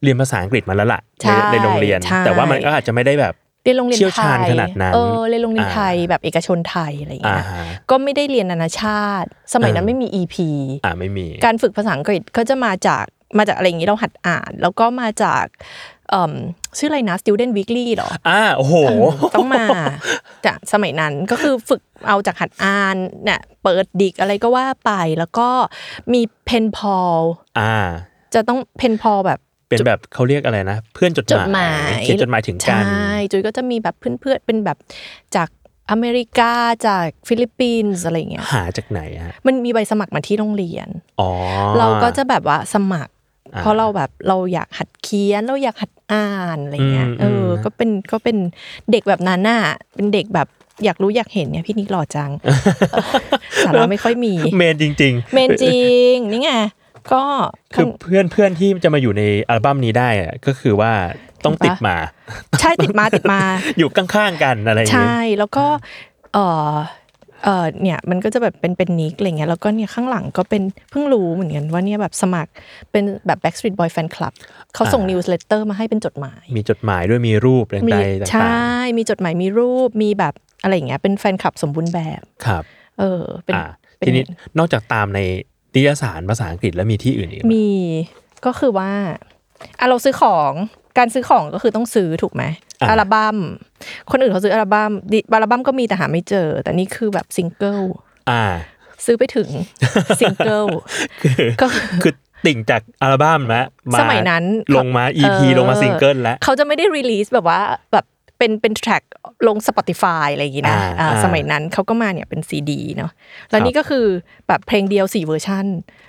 Speaker 2: เรียนภาษาอังกฤษมาแล้วล่ะ
Speaker 3: ใช่
Speaker 2: ในในโรงเรียน
Speaker 3: ใช่
Speaker 2: แต่ว่ามันก็อาจจะไม่ได้แบบ
Speaker 3: เรียนโรงเรียน
Speaker 2: เชี่ยว
Speaker 3: ไท
Speaker 2: ชาญ
Speaker 3: ย
Speaker 2: ขนาดนั้น
Speaker 3: เออเรียนโรงเรียนไทย
Speaker 2: อ่า
Speaker 3: แบบเอกชนไทยอะไรอย่าง
Speaker 2: อ่า
Speaker 3: เงี้ย
Speaker 2: ฮะ
Speaker 3: ก็ไม่ได้เรียนนานาชาติ สมัยนั้น
Speaker 2: อ่า
Speaker 3: ไม่มี EP
Speaker 2: อ่าไม่มี
Speaker 3: การฝึกภาษาอังกฤษก็จะมาจากมาจากอะไรอย่างนี้เราหัดอ่าน แล้วก็มาจากเอิ่มชื่ออะไรนะ Student Weekly เหรอ
Speaker 2: อ่าโอ้ โห
Speaker 3: ต้องมาจากสมัยนั้นก็คือฝึกเอาจากหัดอ่านเนี่ยเปิดดิกอะไรก็ว่าไปแล้วก็มีเพนพอล
Speaker 2: อ่า
Speaker 3: จะต้องเพนพอลแบบ
Speaker 2: เป็นแบบเขาเรียกอะไรนะ เพื่อนจด
Speaker 3: จด
Speaker 2: ห
Speaker 3: ห
Speaker 2: มาม
Speaker 3: าย ย
Speaker 2: เขียนจดหมายถึงกัน
Speaker 3: ใช่จุยก็จะมีแบบเพื่อนๆเป็นแบบจากอเมริกาจากฟิลิปปินส์อะไรอย่างเงี้ย
Speaker 2: หาจากไหนฮะ
Speaker 3: มันมีใบสมัครมาที่โรงเรียน
Speaker 2: อ๋อ
Speaker 3: เราก็จะแบบว่าสมัคร
Speaker 2: อ่
Speaker 3: เพราะเราแบบเราอยากหัดเขียนเราอยากหัดอ่านอะไรเงี้ย
Speaker 2: อืม
Speaker 3: เอออ
Speaker 2: ม
Speaker 3: ก็เป็นก็เป็นเด็กแบบนั้นน่ะเป็นเด็กแบบอยากรู้อยากเห็นเนี่ยพี่นิกหล่อ จังเออสาระไม่ค่อยมี
Speaker 2: เมนจริงๆ
Speaker 3: เมนจริงนี่ไงก็
Speaker 2: คือเพื่อนเพื่อนที่จะมาอยู่ในอัลบั้มนี้ได้อะก็คือว่าต้องติดมา
Speaker 3: ใช่ติดมาติด มา
Speaker 2: อยู่ข้างๆกันอะไรอย่างงี้
Speaker 3: ใช่แล้วก็เออเออเนี่ยมันก็จะแบบเป็นเป็นนิกอะไรเงี้ยแล้วก็เนี่ยข้างหลังก็เป็นเพิ่งรู้เหมือนกันว่าเนี่ยแบบสมัครเป็นแบบ Backstreet Boy Fan Club เขาส่ง newsletter มาให้เป็นจดหมาย
Speaker 2: มีจดหมายด้วยมีรูปใ
Speaker 3: มี
Speaker 2: ดๆต่
Speaker 3: ใช่
Speaker 2: าง
Speaker 3: มีจดหมาย มีรูป มีแบบอะไรอย่างเงี้ย เป็นแฟนคลับสมบูรณ์แบบ
Speaker 2: ๆครับ
Speaker 3: เออ เป็น
Speaker 2: อ่า
Speaker 3: เป็
Speaker 2: ทีนี้นอกจากตามในนิตยสารภาษาอังกฤษแล้วมีที่อื่นอีกไหม
Speaker 3: มี ก็คือว่าอ่ะเราซื้อของ การซื้อของก็คือต้องซื้อถูกไหมอัลบัม้ม คนอื่นเขาซื้ออัลบัม้มดิอัลบั้มก็มีแต่หาไม่เจอ แต่นี่คือแบบซิงเกิล
Speaker 2: อ่า
Speaker 3: ซื้อไปถึง ซิงเกิล
Speaker 2: คือ
Speaker 3: ก็
Speaker 2: คือติ่งจากอัลบั้มแล้วมา
Speaker 3: สมัยนั้น
Speaker 2: ลงมา
Speaker 3: เอ
Speaker 2: EP
Speaker 3: อ
Speaker 2: ลงมาซิงเกิลแล้ว
Speaker 3: เขาจะไม่ได้รีลีสแบบว่าแบบเป็นเป็นแทร็กลง Spotify อะไรอย่างงี้นะ
Speaker 2: อ่า
Speaker 3: อ่า
Speaker 2: อ่า
Speaker 3: สมัยนั้นเขาก็มาเนี่ยเป็นซีดีเนาะแล้
Speaker 2: ค
Speaker 3: ว
Speaker 2: รับ
Speaker 3: นี่ก็คือแบบเพลงเดียวสี่เวอร์ชัน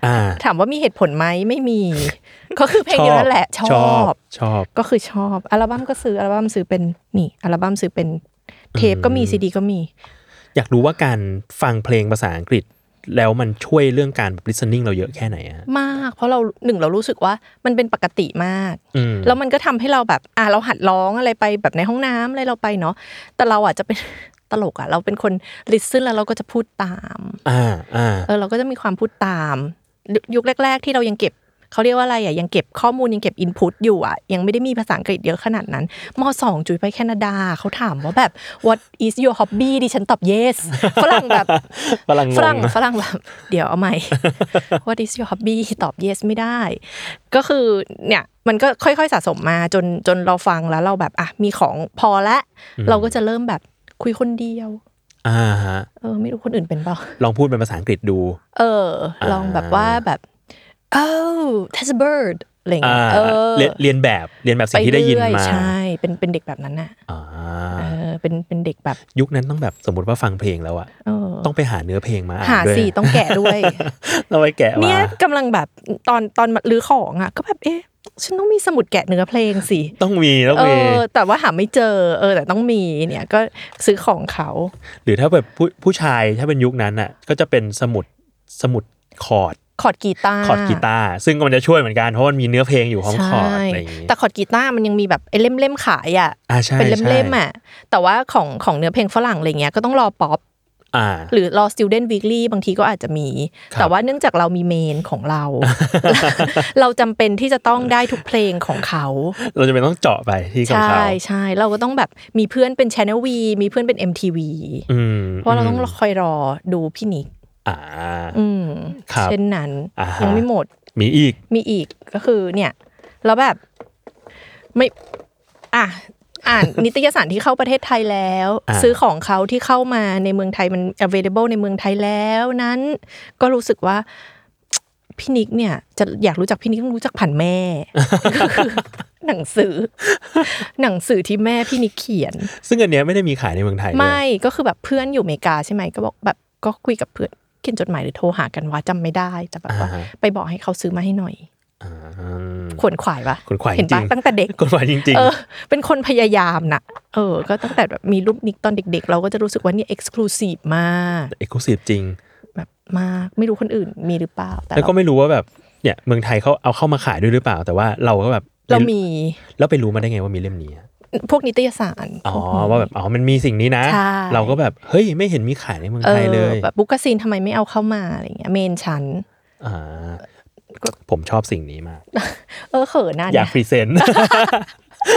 Speaker 2: อ่า
Speaker 3: ถามว่ามีเหตุผลไหมไม่มี ก็คือเพลงเดียวนั่นแหละ ช
Speaker 2: ช
Speaker 3: อ
Speaker 2: อบบ ชอบ
Speaker 3: ก็คือชอบอัลบั้มก็ซื้ออัลบั้มซื้อเป็นนี่อัลบั้มซื้อเป็นเทปก็มีซีดีก็มี
Speaker 2: อยากรู้ว่าการฟังเพลงภาษาอังกฤษ แล้วมันช่วยเรื่องการ listening เราเยอะแค่ไหนอะฮะ
Speaker 3: มาก เพราะเราหนึ่งเรารู้สึกว่ามันเป็นปกติมาก
Speaker 2: อืม
Speaker 3: แล้วมันก็ทำให้เราแบบอ่ะเราหัดร้องอะไรไปแบบในห้องน้ำอะไรเราไปเนาะแต่เราอ่ะจะเป็น ตลกอ่ะเราเป็นคนลิสซึนแล้วเราก็จะพูดตาม
Speaker 2: อ่าอ่า
Speaker 3: เออเราก็จะมีความพูดตามยุยุคแรก ๆ ที่เรายังเก็บเขาเรียกว่าอะไรอ่ะยังเก็บข้อมูลยังเก็บอินพุตอยู่อ่ะยังไม่ได้มีภาษาอังกฤษเยอะขนาดนั้นมสองจุยไปแคนาดาเขาถามว่าแบบ what is your hobby ดิฉันตอบ yes ฝรั่งแบบ
Speaker 2: ฝรั่งง
Speaker 3: ฝรั่ง
Speaker 2: ง
Speaker 3: ฝรั่งแบบ เดี๋ยวเอาใหม่ What is your hobby ตอบ yes ไม่ได้ ก็คือเนี่ยมันก็ค่อยๆสะสมมาจนจนเราฟังแล้วเราแบบอ่ะมีของพอละ เราก็จะเริ่มแบบคุยคนเดียว
Speaker 2: อ่าฮะ
Speaker 3: เออ ไม่รู้คนอื่นเป็นเปล่า
Speaker 2: ลองพูดเป็นภาษาอังกฤษดู
Speaker 3: เออ ลองแบบว่าแบบ oh that's a bird อะไรอย่าง
Speaker 2: อ่า
Speaker 3: เงี้ยเออ
Speaker 2: เรียนเรียนแบบเรียนแบบสิ่งที่ได้ยิน
Speaker 3: ปเรื่อ
Speaker 2: มา
Speaker 3: ใช่เป็นเป็นเด็กแบบนั้นน่ะ
Speaker 2: อ่า
Speaker 3: เออเป็นเป็นเด็กแบบ
Speaker 2: ยุคนั้นต้องแบบสมมติว่าฟังเพลงแล้วอะ
Speaker 3: เออ
Speaker 2: ต้องไปหาเนื้อเพลงมาอ่าน
Speaker 3: หา
Speaker 2: ด้วย
Speaker 3: สิต้องแกะด้วย
Speaker 2: เราไปแกะมา
Speaker 3: เนี่ยกำลังแบบตอนตอนรื้อของอ่ะ ก็แบบเอ๊ะฉันต้องมีสมุดแกะเนื้อเพลงสิ
Speaker 2: ต้องมีต้อง
Speaker 3: เอ
Speaker 2: มี
Speaker 3: อ แต่ว่าหาไม่เจอ เออ แต่ต้องมีเนี่ยก็ซื้อของเขา
Speaker 2: หรือถ้าแบบผู้ผู้ชายถ้าเป็นยุคนั้นอะก็จะเป็นสมุดสมุดคอร์ด
Speaker 3: คอร์ดกีตาร์
Speaker 2: คอร์ดกีตาร์ซึ่งมันจะช่วยเหมือนกันเพราะมันมีเนื้อเพลงอยู่ของคอร์ดอะไรอย่างงี้
Speaker 3: แต่คอร์ดกีตาร์มันยังมีแบบไอ้เล่มเล่มๆขายอ่ะ
Speaker 2: อ่าใช่
Speaker 3: เป็นเล่ม
Speaker 2: ใช่
Speaker 3: เล่มๆอ่ะแต่ว่าของของเนื้อเพลงฝรั่งอะไรเงี้ยก็ต้องรอป๊อป
Speaker 2: อ่า
Speaker 3: หรือรอ student weekly บางทีก็อาจจะมี
Speaker 2: ครับ
Speaker 3: แต่ว่าเนื่องจากเรามีเมนของ เรา เราจำเป็นที่จะต้องได้ทุกเพลงของเขา
Speaker 2: เราจะเป็นต้องเจาะไปที่ของ
Speaker 3: ใช่
Speaker 2: เขา
Speaker 3: ใช่เราก็ต้องแบบมีเพื่อนเป็น Channel V มีเพื่อนเป็น MTV
Speaker 2: อืม
Speaker 3: เพราะเราต้องคอยรอดูพี่นิก
Speaker 2: อ่า
Speaker 3: อืม
Speaker 2: ครับ
Speaker 3: เช่นนั้น
Speaker 2: อ่าฮะ
Speaker 3: ยังไม่หมด
Speaker 2: มีอีก
Speaker 3: มีอีกก็คือเนี่ยแล้วแบบไม่อ่ะอ่าน นิตยสารที่เข้าประเทศไทยแล้ว
Speaker 2: อ่า
Speaker 3: ซื้อของเขาที่เข้ามาในเมืองไทยมัน available ในเมืองไทยแล้วนั้น ก็รู้สึกว่า พี่นิกเนี่ย จะอยากรู้จักพี่นิกต้องรู้จักผ่านแม่ ก็คือหนังสือ หนังสือที่แม่พี่นิกเขียน
Speaker 2: ซึ่งอันเนี้ยไม่ได้มีขายในเมืองไทยด้วย
Speaker 3: ไม่ก็คือแบบเพื่อนอยู่อเมริกาใช่ไหมก็บอกแบบก็คุยกับเพื่อนเขียนจดหมายหรือโทรหากันว่าจำไม่ได้แต่แบบ
Speaker 2: อ่า
Speaker 3: ว่า
Speaker 2: ฮะ
Speaker 3: ไปบอกให้เขาซื้อมาให้หน่อย
Speaker 2: อ่า
Speaker 3: ขวนขวายปะ
Speaker 2: ขวนขวาย
Speaker 3: เห็น
Speaker 2: จริ
Speaker 3: ปะ
Speaker 2: ง
Speaker 3: ตั้งแต่เด็ก
Speaker 2: กฎหมายจริง
Speaker 3: เออ เป็นคนพยายามนะเออ ก็ตั้งแต่แบบมีรูปนิกตอนเด็ก ๆ เราก็จะรู้สึกว่าเนี่ยเอกซ์คลูซีฟมาก
Speaker 2: ๆ เอกลุศิจริง
Speaker 3: แบบมาก ไม่รู้คนอื่นมีหรือเปล่า แต่
Speaker 2: แล้วก็
Speaker 3: เรา
Speaker 2: ไม่รู้ว่าแบบเนี่ยเมืองไทยเขาเอาเข้ามาขายด้วยหรือเปล่า แต่ว่าเราก็แบบ
Speaker 3: เรามี
Speaker 2: แล้วไปรู้มาได้ไงว่ามีเล่มนี้อะ
Speaker 3: พวกนิตยสาร
Speaker 2: อ๋อว่าแบบอ๋อมันมีสิ่งนี้นะ
Speaker 3: ใช่
Speaker 2: เราก็แบบเฮ้ยไม่เห็นมีขายในเมือง
Speaker 3: เอ
Speaker 2: ไทยเล
Speaker 3: อย แบบบุ๊กกาซีนทำไมไม่เอาเข้ามาอะไรเงี้ยเมนชั้น
Speaker 2: อ่า
Speaker 3: ก็
Speaker 2: ผมชอบสิ่งนี้มาก
Speaker 3: เออเขินนะเนี่
Speaker 2: อา
Speaker 3: ย
Speaker 2: ยกพรีเซนต์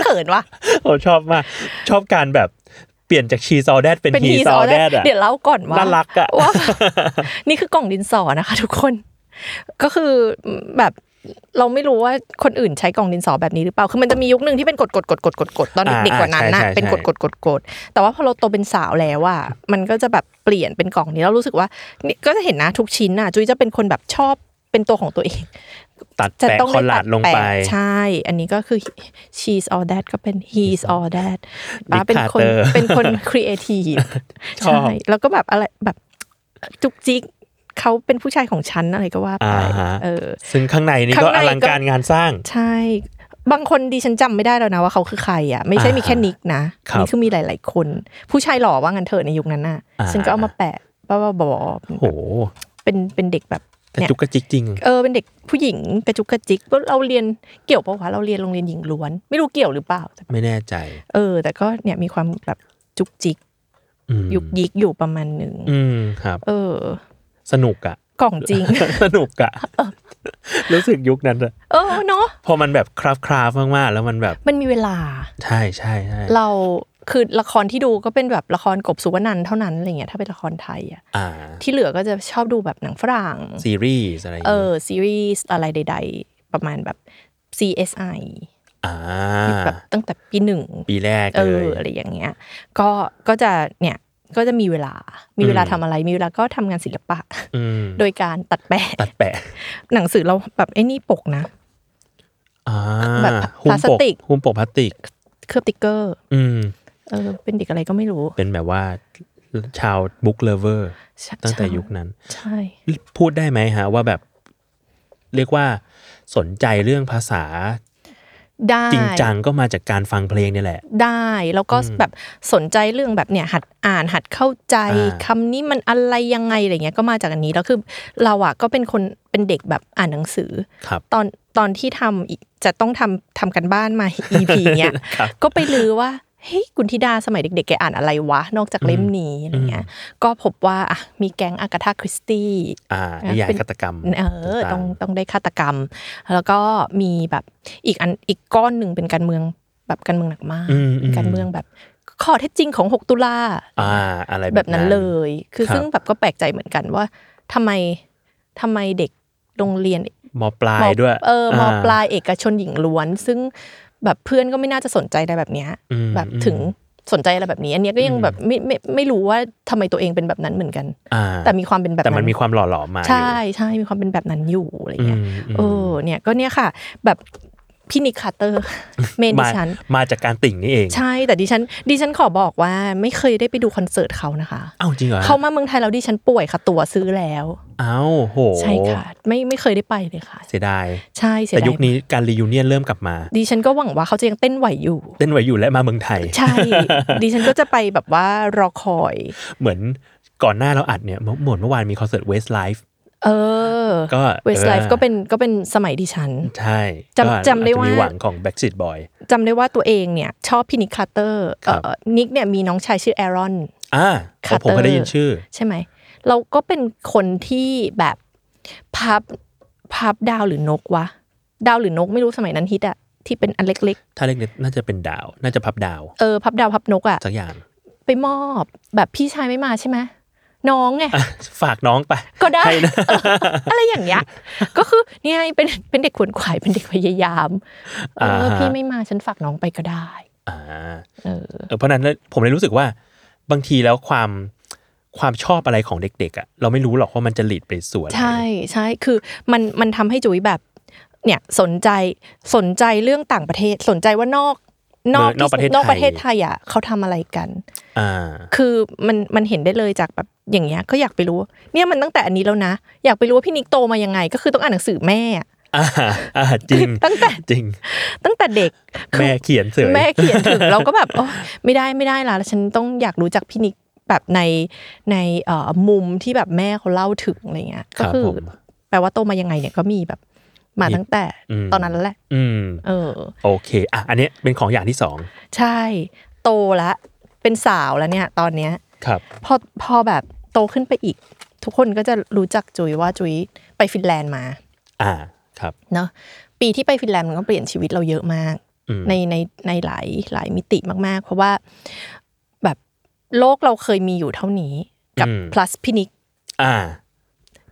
Speaker 3: เขินวะ
Speaker 2: ผมชอบมากชอบการแบบเปลี่ยนจากชีซอลแดดเป็นฮี
Speaker 3: ฮี
Speaker 2: ซอลแดด
Speaker 3: เดี๋ยวเล่าก่อนว่า
Speaker 2: น่ารักอ่ะ
Speaker 3: ว่า นี่คือกล่องดินสอนะคะทุกคน ก็คือแบบเราไม่รู้ว่าคนอื่นใช้กล่องดินสอแบบนี้หรือเปล่า คือมันจะมียุคหนึ่งที่เป็นกดกดกดกดกดกดตอนเด็ก
Speaker 2: อ่า
Speaker 3: ๆกว่านั้นนะ
Speaker 2: ใช่ใช่
Speaker 3: เป็น
Speaker 2: ใช่
Speaker 3: กดกดกดกดแต่ว่าพอเราโตเป็นสาวแล้วอ่ะมันก็จะแบบเปลี่ยนเป็นกล่องนี้แล้วรู้สึกว่านี่ก็จะเห็นนะทุกชิ้นน่ะจุ้ยจะเป็นคนแบบชอบเป็นตัวของตัวเอง
Speaker 2: ตัด
Speaker 3: จะ
Speaker 2: แปะ
Speaker 3: ต้อง
Speaker 2: คอลลาดลงไป
Speaker 3: แะใช่ อันนี้ก็คือ she's all that ก็เป็น he's all that ป้า
Speaker 2: Nick
Speaker 3: เป็นคน
Speaker 2: Carter
Speaker 3: เป็นคน creative
Speaker 2: ชอบ
Speaker 3: ใช่ แล้วก็แบบอะไรแบบจุกจิกเขาเป็นผู้ชายของฉันอะไรก็ว่าไป
Speaker 2: อ่าฮะ
Speaker 3: เออ
Speaker 2: ซึ่งข้างในนี่ก็
Speaker 3: ข้าง
Speaker 2: อ
Speaker 3: ในก็
Speaker 2: ลังการงานสร้าง
Speaker 3: ใช่ บางคนดิฉันจำไม่ได้แล้วนะว่าเขาคือใครอ่ะ ไม่ใช่มีแค่นิกนะครับ นี่คือมีหลาย ๆ คน ผู้ชายหล่อว่างั้นเถอะในยุคนั้นน่ะ
Speaker 2: อ่า
Speaker 3: ฉันก็เอามาแปะบ้าๆบอ
Speaker 2: โห
Speaker 3: ๆเป็นเป็นเด็กแบบ
Speaker 2: กระจุกกระจิกจริง
Speaker 3: เออเป็นเด็กผู้หญิงกระจุกกระจิกก็เราเรียนเกี่ยวปะวะเราเรียนโรงเรียนหญิงล้วน ไม่รู้เกี่ยวหรือเปล่าแต่
Speaker 2: ไม่แน่ใจ
Speaker 3: เออ แต่ก็เนี่ยมีความแบบจุกจิก
Speaker 2: อืม
Speaker 3: ยุกยิกอยู่ประมาณหนึ่ง
Speaker 2: อืมครับ
Speaker 3: เออ
Speaker 2: สนุกอะ
Speaker 3: กล่องจริง
Speaker 2: สนุกอะรู้สึกยุคนั้นอะ
Speaker 3: เออเนาะ
Speaker 2: พอมันแบบคราฟคราฟมากๆ แล้วมันแบบ
Speaker 3: มันมีเวลา
Speaker 2: ใช่ใช่ใช่
Speaker 3: เราคือละครที่ดูก็เป็นแบบละครกบสุวรรณนันท์เท่านั้นอะไรเงี้ยถ้าเป็นละครไทยอ่ะ
Speaker 2: อ่า
Speaker 3: ที่เหลือก็จะชอบดูแบบหนังฝรั่ง
Speaker 2: ซีรีส์อะไรอย่าง
Speaker 3: เอ
Speaker 2: งี้
Speaker 3: อซีรีส์อะไรใด ๆ ประมาณแบบ CSI
Speaker 2: อ่า
Speaker 3: แบบตั้งแต่ปีหนึ่ง
Speaker 2: ปีแรก
Speaker 3: เอ
Speaker 2: เล
Speaker 3: อย อะไรอย่างเงี้ย ก็ก็จะเนี่ยก็จะมีเวลา มีเวลาทำอะไร มีเวลาก็ทำงานศิลปะ
Speaker 2: อืม
Speaker 3: โดยการตัดแปะ
Speaker 2: ตัดแปะ
Speaker 3: หนังสือเราแบบไอ้นี่ปกนะ
Speaker 2: อ่า
Speaker 3: แบบ
Speaker 2: หุ้ม
Speaker 3: พลาสติก
Speaker 2: หุ้มปกพลาสติก
Speaker 3: เคลือบติ๊กเกอร์
Speaker 2: อืม
Speaker 3: เออเป็นเด็กอะไรก็ไม่รู้
Speaker 2: เป็นแบบว่าชาวบุ๊กเลเวอร์
Speaker 3: ใช่
Speaker 2: ตั้งแต่
Speaker 3: ใช่
Speaker 2: ยุคนั้น
Speaker 3: ใช่
Speaker 2: พูดได้ไหมฮะ ว่าแบบ เรียกว่าสนใจเรื่องภาษา
Speaker 3: ได้
Speaker 2: จริงจังก็มาจากการฟังเพลงเนี่ยแหละ
Speaker 3: ได้แล้วก็แบบสนใจเรื่องแบบเนี่ยหัดอ่านหัดเข้าใจ
Speaker 2: อ่า
Speaker 3: คำนี้มันอะไรยังไงอะไรเงี้ยก็มาจากอันนี้แล้วคือเราอะก็เป็นคนเป็นเด็กแบบอ่านหนังสือ
Speaker 2: ครับ
Speaker 3: ตอนตอนที่ทำอีกจะต้องทำทำกันบ้านมา EP เนี้ย
Speaker 2: ครับ
Speaker 3: ก็ไปลือว่าเฮ้ยกุนธิดาสมัยเด็กๆแกอ่านอะไรวะ นอกจากเล่มนี้อะไรเงี้ยก็พบว่าอ่ะมีแก๊งอากาธาคริสตี้
Speaker 2: อ่า
Speaker 3: อ่ะ
Speaker 2: นิยาย
Speaker 3: เป็น
Speaker 2: ฆาตกรรม
Speaker 3: เออ
Speaker 2: างๆ
Speaker 3: ต้องต้องได้ฆาตกรรม แล้วก็มีแบบอีกอันอีกก้อนหนึ่งเป็นการเมืองแบบการเมืองหนักมาก
Speaker 2: อืมอืม
Speaker 3: การเมืองแบบข้อเท็จจริงของ 6 ตุลา
Speaker 2: อ่า อะไร
Speaker 3: แบ
Speaker 2: แบบ
Speaker 3: บนั้นเลย คือ
Speaker 2: ครับ
Speaker 3: ซึ่งแบบก็แปลกใจเหมือนกันว่าทำไมทำไมเด็กโรงเรียน
Speaker 2: มอปลายด้วย
Speaker 3: เออมอปลา
Speaker 2: อ่
Speaker 3: ยเอกชนหญิงล้วน ซึ่งแบบเพื่อนก็ไม่น่าจะสนใจอะไรแบบเนี้ย
Speaker 2: อืม
Speaker 3: แบบถึงสนใจอะไรแบบนี้ อันเนี้ยก็ยังแบบไม่ไม่ไม่รู้ว่าทำไมตัวเองเป็นแบบนั้นเหมือนกัน
Speaker 2: อ่า
Speaker 3: แต่มีความเป็นแบบ
Speaker 2: แต่มันมี
Speaker 3: น
Speaker 2: ความหล่อหลอมมาอยู่
Speaker 3: ใช่ใช่มีความเป็นแบบนั้นอยู่อะไร
Speaker 2: อื
Speaker 3: เงี้ย
Speaker 2: มม
Speaker 3: เออเนี่ยก็เนี่ยค่ะ แบบพี่นิกคาร์เตอร์ เมนดิ
Speaker 2: มา
Speaker 3: ฉัน
Speaker 2: มาจากการติ่งนี่เอง
Speaker 3: ใช่แต่ดิฉันดิฉันขอบอกว่าไม่เคยได้ไปดูคอนเสิร์ตเขานะคะ
Speaker 2: เอ้าจริงเหรอฮะ
Speaker 3: เขามาเมืองไทยแล้วดิฉันป่วยค่ะตั๋วซื้อแล้ว
Speaker 2: เอ้าโห
Speaker 3: ใช่ค่ะ ไม่ไม่เคยได้ไปเลยค่ะ
Speaker 2: เสียดาย
Speaker 3: ใช่เสีย
Speaker 2: แต่
Speaker 3: ดาย
Speaker 2: ยุคนี้การรียูเนียนเริ่มกลับมา
Speaker 3: ดิฉันก็หวังว่าเขาจะยังเต้นไหวอยู่
Speaker 2: เต้นไหวอยู่และมาเมืองไทย
Speaker 3: ใช่ ดิฉันก็จะไปแบบว่ารอคอย
Speaker 2: เหมือนก่อนหน้าเราอัดเนี่ยเมื่อเหมือนเมื่อวานมีคอนเสิร์ตเวสไลฟ์
Speaker 3: เออ
Speaker 2: ก็
Speaker 3: เวสไลฟ์
Speaker 2: ออ
Speaker 3: ก็เป็นก็เป็นสมัยดิฉัน
Speaker 2: ใช่
Speaker 3: จำ
Speaker 2: ก็
Speaker 3: จำได้
Speaker 2: อจะมี
Speaker 3: ว่า
Speaker 2: หวังของ Backstreet Boy
Speaker 3: จำได้ว่าตัวเองเนี่ย ชอบพี่นิกคาร์เตอร์
Speaker 2: ครับ
Speaker 3: เอ่อนิกเนี่ยมีน้องชายชื่อแอรอน
Speaker 2: อ่า
Speaker 3: คาร์เตอร์
Speaker 2: ผมก็ได้ยินชื่อ
Speaker 3: ใช่ไหม เราก็เป็นคนที่แบบพับพับดาวหรือนกวะ ดาวหรือนกไม่รู้สมัยนั้นฮิตอะที่เป็นอันเล็ก
Speaker 2: ถ้าเล็กๆน่าจะเป็นดาว น่าจะพับดาว
Speaker 3: ๆ เออ พับดาวพับนกอะ
Speaker 2: สักอย่าง
Speaker 3: ไปมอบแบบพี่ชายไม่มาใช่ไหมน้องไง
Speaker 2: อ่ะฝากน้องไป
Speaker 3: ก็ได้
Speaker 2: ให้นะ
Speaker 3: เอออะไรอย่างเงี้ย ก็คือเนี่ยเป็นเป็นเด็กขวนขวายเป็นเด็กพยายามเอ
Speaker 2: อ่า
Speaker 3: อ
Speaker 2: ฮะ
Speaker 3: พี่ไม่มาฉันฝากน้องไปก็ได้
Speaker 2: อ่า
Speaker 3: เออ
Speaker 2: เออเพราะฉะนั้นแล้วผมเลยรู้สึกว่าบางทีแล้วความความชอบอะไรของเด็กๆอ่ะเราไม่รู้หรอกว่ามันจะหลีดไปสู่อะไร
Speaker 3: ใช่ใช่คือมันมันทำให้จุ๋ยแบบเนี่ยสนใจสนใจเรื่องต่างประเทศสนใจว่านอกที่นอกประเทศไทยอ่ะเขาทำอะไรกัน
Speaker 2: อ่า
Speaker 3: คือมันมันเห็นได้เลยจากแบบอย่างเงี้ยก็อยากไปรู้ เนี่ยมันตั้งแต่อันนี้แล้วนะ อยากไปรู้ว่าพี่นิกโตมายังไง ก็คือต้องอ่านหนังสือแม่อะ
Speaker 2: อ่าอ่าจริ ง
Speaker 3: ตั้งแต่
Speaker 2: จริง
Speaker 3: ตั้งแต่เด็กคือ
Speaker 2: แม่เขียนเสย
Speaker 3: แม่เขียนถึงเราก็แบบโอ๊ยไม่ได้ไม่ได้ละแล้วฉันต้องอยากรู้จักพี่นิกแบบในในเอ่อมุมที่แบบแม่เขาเล่าถึงอะไรเงี้ย
Speaker 2: ค
Speaker 3: ก็
Speaker 2: รับ
Speaker 3: คือ
Speaker 2: ผม
Speaker 3: แปลว่าโตมายังไงเนี่ยก็มีแบบมาตั้งแต่
Speaker 2: อืม
Speaker 3: ตอนนั้นแล้วแหละ
Speaker 2: อืม
Speaker 3: เออ
Speaker 2: โอเค อ่ะ อันเนี้ยเป็นของอย่างที่สอง
Speaker 3: ใช่ โตละเป็นสาวแล้วเนี่ย ตอนเนี้ย
Speaker 2: ครับ
Speaker 3: พอพอแบบโตขึ้นไปอีก ทุกคนก็จะรู้จักจุยว่าจุยไปฟินแลนด์มา
Speaker 2: อ่าครับ
Speaker 3: เนาะปีที่ไปฟินแลนด์มันก็เปลี่ยนชีวิตเราเยอะมาก
Speaker 2: อืม
Speaker 3: ในในในหลายหลายมิติมากๆ เพราะว่าแบบโลกเราเคยมีอยู่เท่านี้กับ
Speaker 2: อืม
Speaker 3: plus พินิก
Speaker 2: อ่า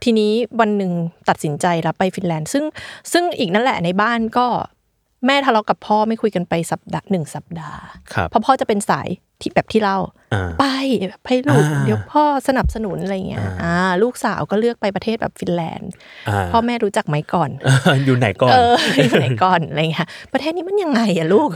Speaker 3: ทีนี้วันหนึ่งตัดสินใจรับไปฟินแลนด์ ซึ่งซึ่งอีกนั่นแหละในบ้านก็แม่ทะเลาะกับพ่อไม่คุยกันไปสัปดาห์หนึ่งสัปดาห์
Speaker 2: ครับ
Speaker 3: เพราะพ่อจะเป็นสายที่แบบที่เล่า
Speaker 2: อ่า
Speaker 3: ไปไปลูก
Speaker 2: อ่า
Speaker 3: เดี๋ยวพ่อสนับสนุนอะไรเงี้ย
Speaker 2: อ่า
Speaker 3: อ่าลูกสาวก็เลือกไปประเทศแบบฟินแลนด์
Speaker 2: อ่า
Speaker 3: พ่อแม่รู้จักไหมก่อน
Speaker 2: อยู่ไหนก่อน
Speaker 3: เออ อยู่ไหนก่อนอะไรเงี้ยประเทศนี้มันยังไงอะลูก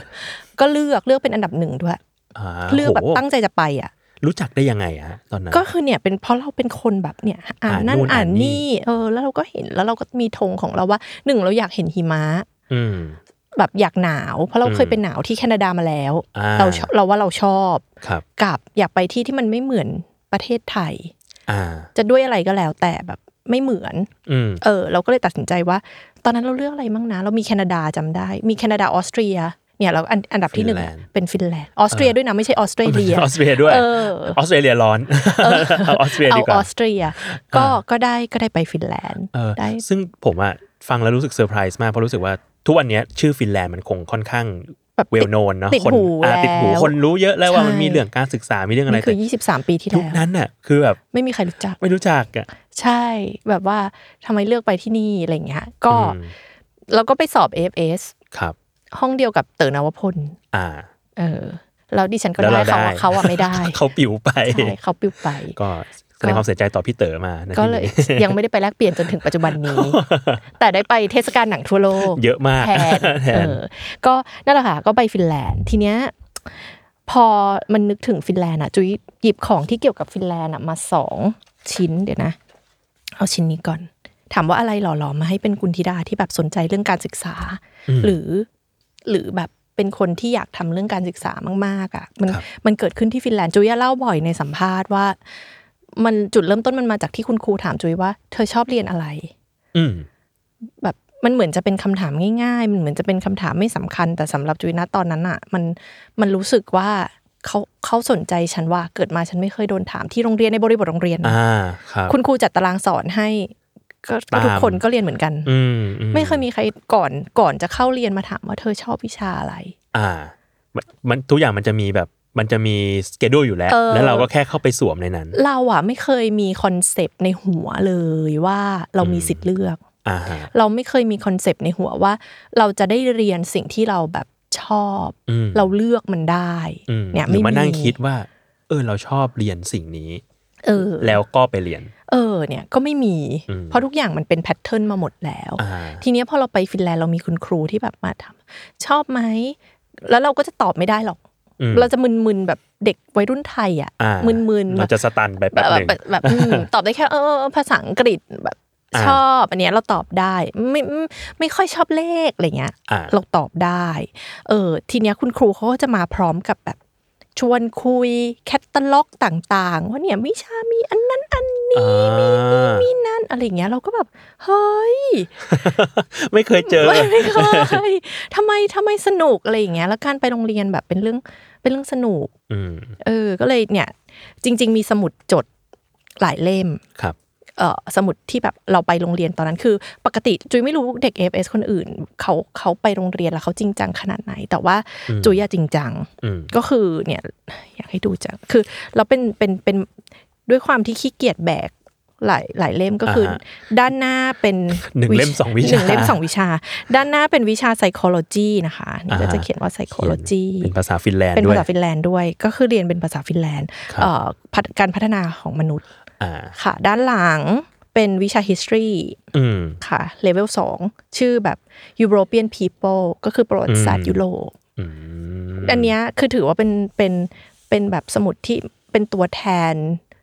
Speaker 3: ก็เลือกเลือกเป็นอันดับหนึ่งด้วย
Speaker 2: อ่า
Speaker 3: เลือกแบบ
Speaker 2: โห
Speaker 3: ตั้งใจจะไปอ่ะ
Speaker 2: รู้จักได้ยังไงอะฮะตอนนั้น
Speaker 3: ก็คือเนี่ยเป็นเพราะเราเป็นคนแบบเนี่ย อ่าน
Speaker 2: อ่าน
Speaker 3: นั่น
Speaker 2: นู่น
Speaker 3: อ่า
Speaker 2: อ่าน นนี่
Speaker 3: นี่เออ แล้วเราก็เห็นแล้วเราก็มีธงของเราว่าหนึ่งเราอยากเห็นหิมะ
Speaker 2: อืม
Speaker 3: แบบอยากหนาว เพราะเรา
Speaker 2: อืม
Speaker 3: เคยเป็นหนาวที่แคนาดามาแล้ว
Speaker 2: อ่า
Speaker 3: เราชอบเราว่าเราชอบ
Speaker 2: ครับ
Speaker 3: กับอยากไปที่ที่มันไม่เหมือนประเทศไทย
Speaker 2: อ่า
Speaker 3: จะด้วยอะไรก็แล้วแต่แบบไม่เหมือน
Speaker 2: อืม
Speaker 3: เออ เราก็เลยตัดสินใจว่า ตอนนั้นเราเลือกอะไรมั่งนะเรามีแคนาดาจำได้ มีแคนาดาออสเตรียเนี่ยเราอันอันดับที่หนึ่งอะ
Speaker 2: ฟินแลนด์
Speaker 3: เป็นฟินแลนด์ออสเตรียด้วยนะไม่ใช่ออสเตรเลีย
Speaker 2: ออสเตรียด้วย
Speaker 3: เออ
Speaker 2: ออสเตรเลียร้อน เอาออสเตรีย
Speaker 3: เอา
Speaker 2: ดีก
Speaker 3: อ
Speaker 2: ว่า
Speaker 3: อสเตรียก็ก็ได้ก็ได้ไปฟินแลนด์
Speaker 2: เออ
Speaker 3: ได้
Speaker 2: ซึ่งผมอะฟังแล้วรู้สึกเซอร์ไพรส์มาก เพราะรู้สึกว่าทุกวันเนี้ยชื่อฟินแลนด์มันคงค่อนข้าง
Speaker 3: แบบ
Speaker 2: เวล
Speaker 3: ติด
Speaker 2: โนนเนาะ
Speaker 3: ติด
Speaker 2: คน
Speaker 3: หู
Speaker 2: อ่า
Speaker 3: แล้ว
Speaker 2: ติดหูคนรู้เยอะแล้วว่ามัน
Speaker 3: ใช่
Speaker 2: มีเรื่องการศึกษามีเรื่องอะไร
Speaker 3: นี่คื
Speaker 2: แต่
Speaker 3: อ 23 ปีที่
Speaker 2: ยุค
Speaker 3: แล้ว
Speaker 2: นั้นน่ะคือแบบ
Speaker 3: ไม่มีใครรู้จัก
Speaker 2: ไม่รู้จักอ่ะ
Speaker 3: ใช่แบบว่าทำไมเลือกไปที่นี่อะไรอย่างเงี้ยก็
Speaker 2: อืม
Speaker 3: แล้วก็ไปสอบ AFS
Speaker 2: ครับ
Speaker 3: ห้องเดียวกับเต๋อนวพล
Speaker 2: อ่า
Speaker 3: เออแล้วดิฉันก็
Speaker 2: แล้ว
Speaker 3: ได้
Speaker 2: เรา
Speaker 3: เขา
Speaker 2: ได้
Speaker 3: อะเขาอะไม่ได้
Speaker 2: เขาปิวไป
Speaker 3: ใช่เขาปิวไป
Speaker 2: ก็แสดงความเสียใจต่อพี่เต๋อมานะ
Speaker 3: ก็
Speaker 2: ที่
Speaker 3: เลย
Speaker 2: นี้
Speaker 3: ยังไม่ได้ไปแลกเปลี่ยนจนถึงปัจจุบันนี้ แต่ได้ไปเทศกาลหนังทั่วโลก
Speaker 2: เยอะมาก
Speaker 3: แทน
Speaker 2: แทน
Speaker 3: เออก็นั่นแหละค่ะก็ไปฟินแลนด์ทีเนี้ยพอมันนึกถึงฟินแลนด์อ่ะจุยหยิบของที่เกี่ยวกับฟินแลนด์อ่ะมาสองชิ้นเดี๋ยวนะ เอาชิ้นนี้ก่อน ถามว่าอะไรหล่อหลอมมาให้เป็นกุนธิดาที่แบบสนใจเรื่องการศึกษา หรือ หรือแบบเป็นคนที่อยากทำเรื่องการศึกษามากๆอ่ะมันมันเกิดขึ้นที่ฟินแลนด์จุยอะเล่าบ่อยในสัมภาษณ์ว่า มันจุดเริ่มต้นมันมาจากที่คุณครูถามจุยว่าเธอชอบเรียนอะไร
Speaker 2: อืม
Speaker 3: แบบมันเหมือนจะเป็นคำถามง่ายๆ มันเหมือนจะเป็นคำถามไม่สำคัญ แต่สำหรับจุยนะตอนนั้นอ่ะ มันมันรู้สึกว่าเขาเขาสนใจฉันว่าเกิดมาฉันไม่เคยโดนถามที่โรงเรียนในบริบทโรงเรียนนะ
Speaker 2: อ่าครับ
Speaker 3: คุณครูจัดตารางสอนให้ก็ก็
Speaker 2: ตาม
Speaker 3: ทุกคนก็เรียนเหมือนกัน
Speaker 2: อืมอื
Speaker 3: ไม่เคยมีใครก่อนก่อนจะเข้าเรียนมาถามว่าเธอชอบวิชาอะไร
Speaker 2: อ่ามันมันทุกอย่างมันจะมีแบบมันจะมีสเกดูอยู่แล้ว
Speaker 3: เออ
Speaker 2: แล้วเราก็แค่เข้าไปสวมในนั้น
Speaker 3: เราอ่ะไม่เคยมีคอนเซปต์ในหัวเลยว่าเรามีสิทธิ์เลือก
Speaker 2: อ่าฮะ
Speaker 3: เราไม่เคยมีคอนเซปต์ในหัวว่า เราจะได้เรียนสิ่งที่เราแบบชอบ
Speaker 2: อืม
Speaker 3: เราเลือกมันได้
Speaker 2: อืม
Speaker 3: เนี่ย
Speaker 2: หรือมา
Speaker 3: ไม่มี
Speaker 2: นั่งคิดว่า เออ เราชอบเรียนสิ่งนี้
Speaker 3: เออ
Speaker 2: แล้วก็ไปเรียน
Speaker 3: เออเนี่ยก็ไม่มี
Speaker 2: อืม
Speaker 3: เพราะทุกอย่างมันเป็นแพทเทิร์นมาหมดแล้ว
Speaker 2: อ่า
Speaker 3: ทีเนี้ยพอเราไปฟินแลนด์เรามีคุณครูที่แบบมาทำชอบไหม แล้วเราก็จะตอบไม่ได้หรอก
Speaker 2: อืม
Speaker 3: เราจะมึนๆแบบเด็กวัยรุ่นไทยอ่ะ
Speaker 2: อ่า
Speaker 3: มึนๆแบ
Speaker 2: เรา
Speaker 3: บ
Speaker 2: จะสตันไป
Speaker 3: แบ
Speaker 2: แป๊บบ ห
Speaker 3: แบ
Speaker 2: นึ่ง
Speaker 3: บแบบแบบอืมตอบได้แค่เออเออภาษาอังกฤษแบบ
Speaker 2: อ่า
Speaker 3: ชอบอันเนี้ยเราตอบได้ไม่ไม่ไม่ค่อยชอบเลขอะไรเงี้ย
Speaker 2: อ่า
Speaker 3: เราตอบได้ เออ ทีเนี้ยคุณครูเขาก็จะมาพร้อมกับแบบ ชวนคุยแคตตาล็อกต่าง ๆ ว่าเนี่ยวิชามีอันนั้นอัน
Speaker 2: อ่า
Speaker 3: นี่นั่นเอ อะไรอย่างเงี้ยเราก็แบบเฮ้ย
Speaker 2: ไม่เคยเจอ
Speaker 3: ไม่เคยทำไมทำไมสนุกอะไรอย่างเงี้ย แล้วการไปโรงเรียนแบบเป็นเรื่องเป็นเรื่องสนุก
Speaker 2: อืม
Speaker 3: เออ ก็เลยเนี่ย จริง ๆ มีสมุดจดหลายเล่ม
Speaker 2: ครับ
Speaker 3: เออสมุดที่แบบเราไปโรงเรียนตอนนั้นคือ ปกติจุยไม่รู้เด็ก AFS คนอื่นเขาเขาไปโรงเรียนแล้วเขาจริงจังขนาดไหน แต่ว่า
Speaker 2: อืม
Speaker 3: จุยอะจริงจัง
Speaker 2: อืม
Speaker 3: ก็คือเนี่ยอยากให้ดูจังคือเราเป็นเป็นเป็นด้วยความที่ขี้เกียจแบกหลายหลายเล่มก็คืออา
Speaker 2: ฮะ
Speaker 3: ด้านหน้าเป็น
Speaker 2: หนึ่งเล่มสองวิชา
Speaker 3: หนึ่งเล่มสองวิชา ด้านหน้าเป็นวิชา psychology นะคะนี่ก็
Speaker 2: อ่าฮะ
Speaker 3: จะเขียนว่า psychology
Speaker 2: เป็นภาษาฟินแลนด์
Speaker 3: เป็น
Speaker 2: ด้ว
Speaker 3: ภาย ษาฟินแลนด์ด้วย ก็คือเรียนเป็นภาษาฟินแลนด์
Speaker 2: ครับ
Speaker 3: เอ่อพัฒการพัฒนาของมนุษย์
Speaker 2: อ่า
Speaker 3: ค่ะ ด้านหลังเป็นวิชา history
Speaker 2: อืม
Speaker 3: ค่ะเลเวล2ชื่อแบบ European people ก็คือประวัติศาสต
Speaker 2: อื
Speaker 3: ร์
Speaker 2: ม
Speaker 3: ยุโรป
Speaker 2: อืม
Speaker 3: อันเนี้ยคือถือว่าเป็นเป็นเป็นแบบสมุดที่เป็นตัวแทน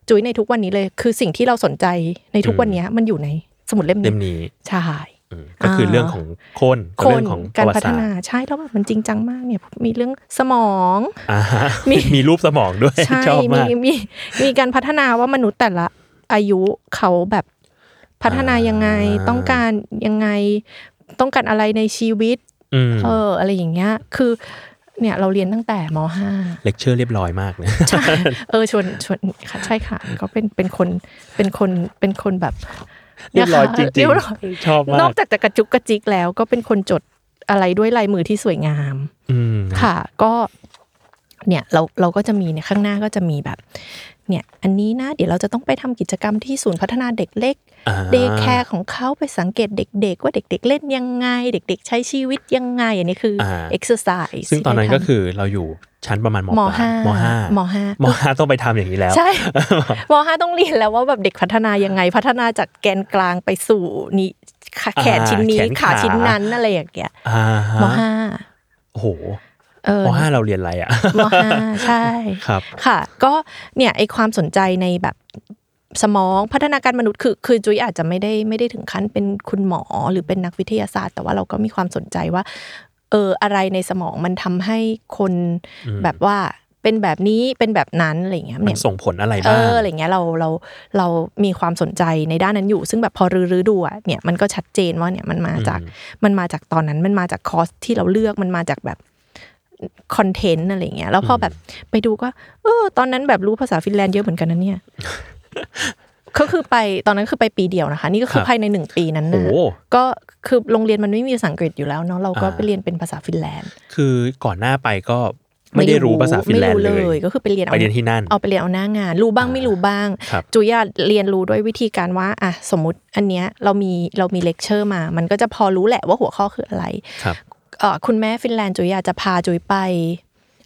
Speaker 3: จุ้ยในทุกวันนี้เลย คือสิ่งที่เราสนใจในทุกวันเนี้ยมันอยู่ในสมุดเล่ม
Speaker 2: เล่
Speaker 3: นี้
Speaker 2: มนี้
Speaker 3: ใช่
Speaker 2: อืมก็คือเรื่องของคนกับ
Speaker 3: ค
Speaker 2: เรื่
Speaker 3: น
Speaker 2: องของป
Speaker 3: การ
Speaker 2: ระวั
Speaker 3: พั
Speaker 2: ติ
Speaker 3: ฒ
Speaker 2: ศาสต
Speaker 3: นา
Speaker 2: ร์
Speaker 3: ใช่แล้วแบบมันจริงจังมากเนี่ยมีเรื่องสมอง
Speaker 2: อ่าฮะ
Speaker 3: มี
Speaker 2: มีรูปสมองด้วย
Speaker 3: ใช่
Speaker 2: ชอบ
Speaker 3: มี
Speaker 2: มาก
Speaker 3: มีมีการพัฒนาว่ามนุษย์แต่ละอายุเขาแบบพัฒนายังไง
Speaker 2: อ่า
Speaker 3: ต้องการยังไงต้องการอะไรในชีวิต
Speaker 2: อืม
Speaker 3: เอออะไรอย่างเงี้ยคือเนี่ยเราเรียนตั้งแต่มห้า
Speaker 2: เลคเชอร์เรียบร้อยมากนะ
Speaker 3: ใช่ เออชวนชวนค่ะใช่ค่ะก็เป็นเป็นคนเป็นคนเป็นคนแบบ
Speaker 2: เรียบร้อยจริง
Speaker 3: นะคะเยบอย
Speaker 2: ๆ ชอบมาน
Speaker 3: อก กจากจะกระจุกกระจิกแล้วก็เป็นคนจดอะไรด้วยลายมือที่สวยงาม
Speaker 2: อืม
Speaker 3: ค่ะ ก็เนี่ยเราเราก็จะมีเนี่ยข้างหน้าก็จะมีแบบ เนี่ยอันนี้นะเดี๋ยวเราจะต้องไปทำกิจกรรมที่ศูนย์พัฒนาเด็กเล็ก
Speaker 2: อ่า
Speaker 3: เดย์แคร์ของเขาไปสังเกตเด็ก ๆ ว่าเด็ก ๆ เล่นยังไง เด็ก ๆ ใช้ชีวิตยังไง อันนี้คืออ
Speaker 2: า
Speaker 3: exercise
Speaker 2: ซึ่งตอนนั้น
Speaker 3: ให้ทำ
Speaker 2: ก็คือเราอยู่ชั้นประมาณม
Speaker 3: ม
Speaker 2: ปลย
Speaker 3: ห้าม
Speaker 2: ห้าม
Speaker 3: ห้าม
Speaker 2: ห้าต้องไปทำอย่างนี้แล้ว
Speaker 3: ใช่ มห้าต้องเรียนแล้วว่าแบบเด็กพัฒนายังไง พัฒนาจากแกนกลางไปสู่นี้ขา
Speaker 2: อ่า
Speaker 3: แขนชิ้นนี้
Speaker 2: แขนขา
Speaker 3: ขาชิ้นนั้นอะไรอย่างเงี้ย
Speaker 2: อ่าฮะ
Speaker 3: มห้า
Speaker 2: โอ้โห
Speaker 3: เออ
Speaker 2: มห้าเราเรียนอะไรอ่ะ
Speaker 3: มห้าใช่
Speaker 2: ครับ
Speaker 3: ค่ะ ก็เนี่ยไอความสนใจในแบบสมองพัฒนาการมนุษย์คือคือจุ้ยอาจจะไม่ได้ไม่ได้ถึงขั้นเป็นคุณหมอหรือเป็นนักวิทยาศาสตร์ แต่ว่าเราก็มีความสนใจว่าเอออะไรในสมองมันทำให้คน
Speaker 2: อืม
Speaker 3: แบบว่าเป็นแบบนี้เป็นแบบนั้นอะไรอย่างเงี้ย
Speaker 2: มั
Speaker 3: เนี่
Speaker 2: น
Speaker 3: ย
Speaker 2: ส่งผลอะไร
Speaker 3: เอ
Speaker 2: บ้าง
Speaker 3: ออะไรเงี้ยเราเราเรามีความสนใจในด้านนั้นอยู่ ซึ่งแบบพอรื้อๆดูอ่ะเนี่ยมันก็ชัดเจนว่าเนี่ยมันมาจาก
Speaker 2: อืม
Speaker 3: มันมาจากตอนนั้นมันมาจากคอร์สที่เราเลือกมันมาจากแบบคอนเทนต์อะไรเงี้ยแล้วพอแบบไปดูก็เออตอนนั้นแบบรู้ภาษาฟินแลนด์เยอะเหมือนกันนะ เนี่ย ก็คือไปตอนนั้นคือไปปีเดียวนะคะ นี่ก็คือ
Speaker 2: ครับ
Speaker 3: ภายในหนึ่งปีนั้น
Speaker 2: โอ้
Speaker 3: นะ
Speaker 2: โห
Speaker 3: ก็คือโรงเรียนมันไม่มีภาษาอังกฤษอยู่แล้วเนาะเราก็
Speaker 2: อ่า
Speaker 3: ไปเรียนเป็นภาษาฟินแลนด์
Speaker 2: คือก่อนหน้าไปก็ไม่ได้รู้ภาษาฟินแลนด์
Speaker 3: ไม่
Speaker 2: เล
Speaker 3: รู้เลย
Speaker 2: ย
Speaker 3: ก็คือไปเรียน
Speaker 2: ไป
Speaker 3: เอา
Speaker 2: เรียนที่นั่น
Speaker 3: เอาไปเรียนเอาหน้างาน รู้บ้าง
Speaker 2: อ่า
Speaker 3: ไม่รู้บ้าง
Speaker 2: ครับ
Speaker 3: จุยาเรียนรู้ด้วยวิธีการว่าอ่ะสมมติอันเนี้ยเรามีเรามีเลคเชอร์มา มันก็จะพอรู้แหละว่าหัวข้อคืออะไร
Speaker 2: ครับ
Speaker 3: เอ่อคุณแม่ฟินแลนด์จุยาจะพาจุยไป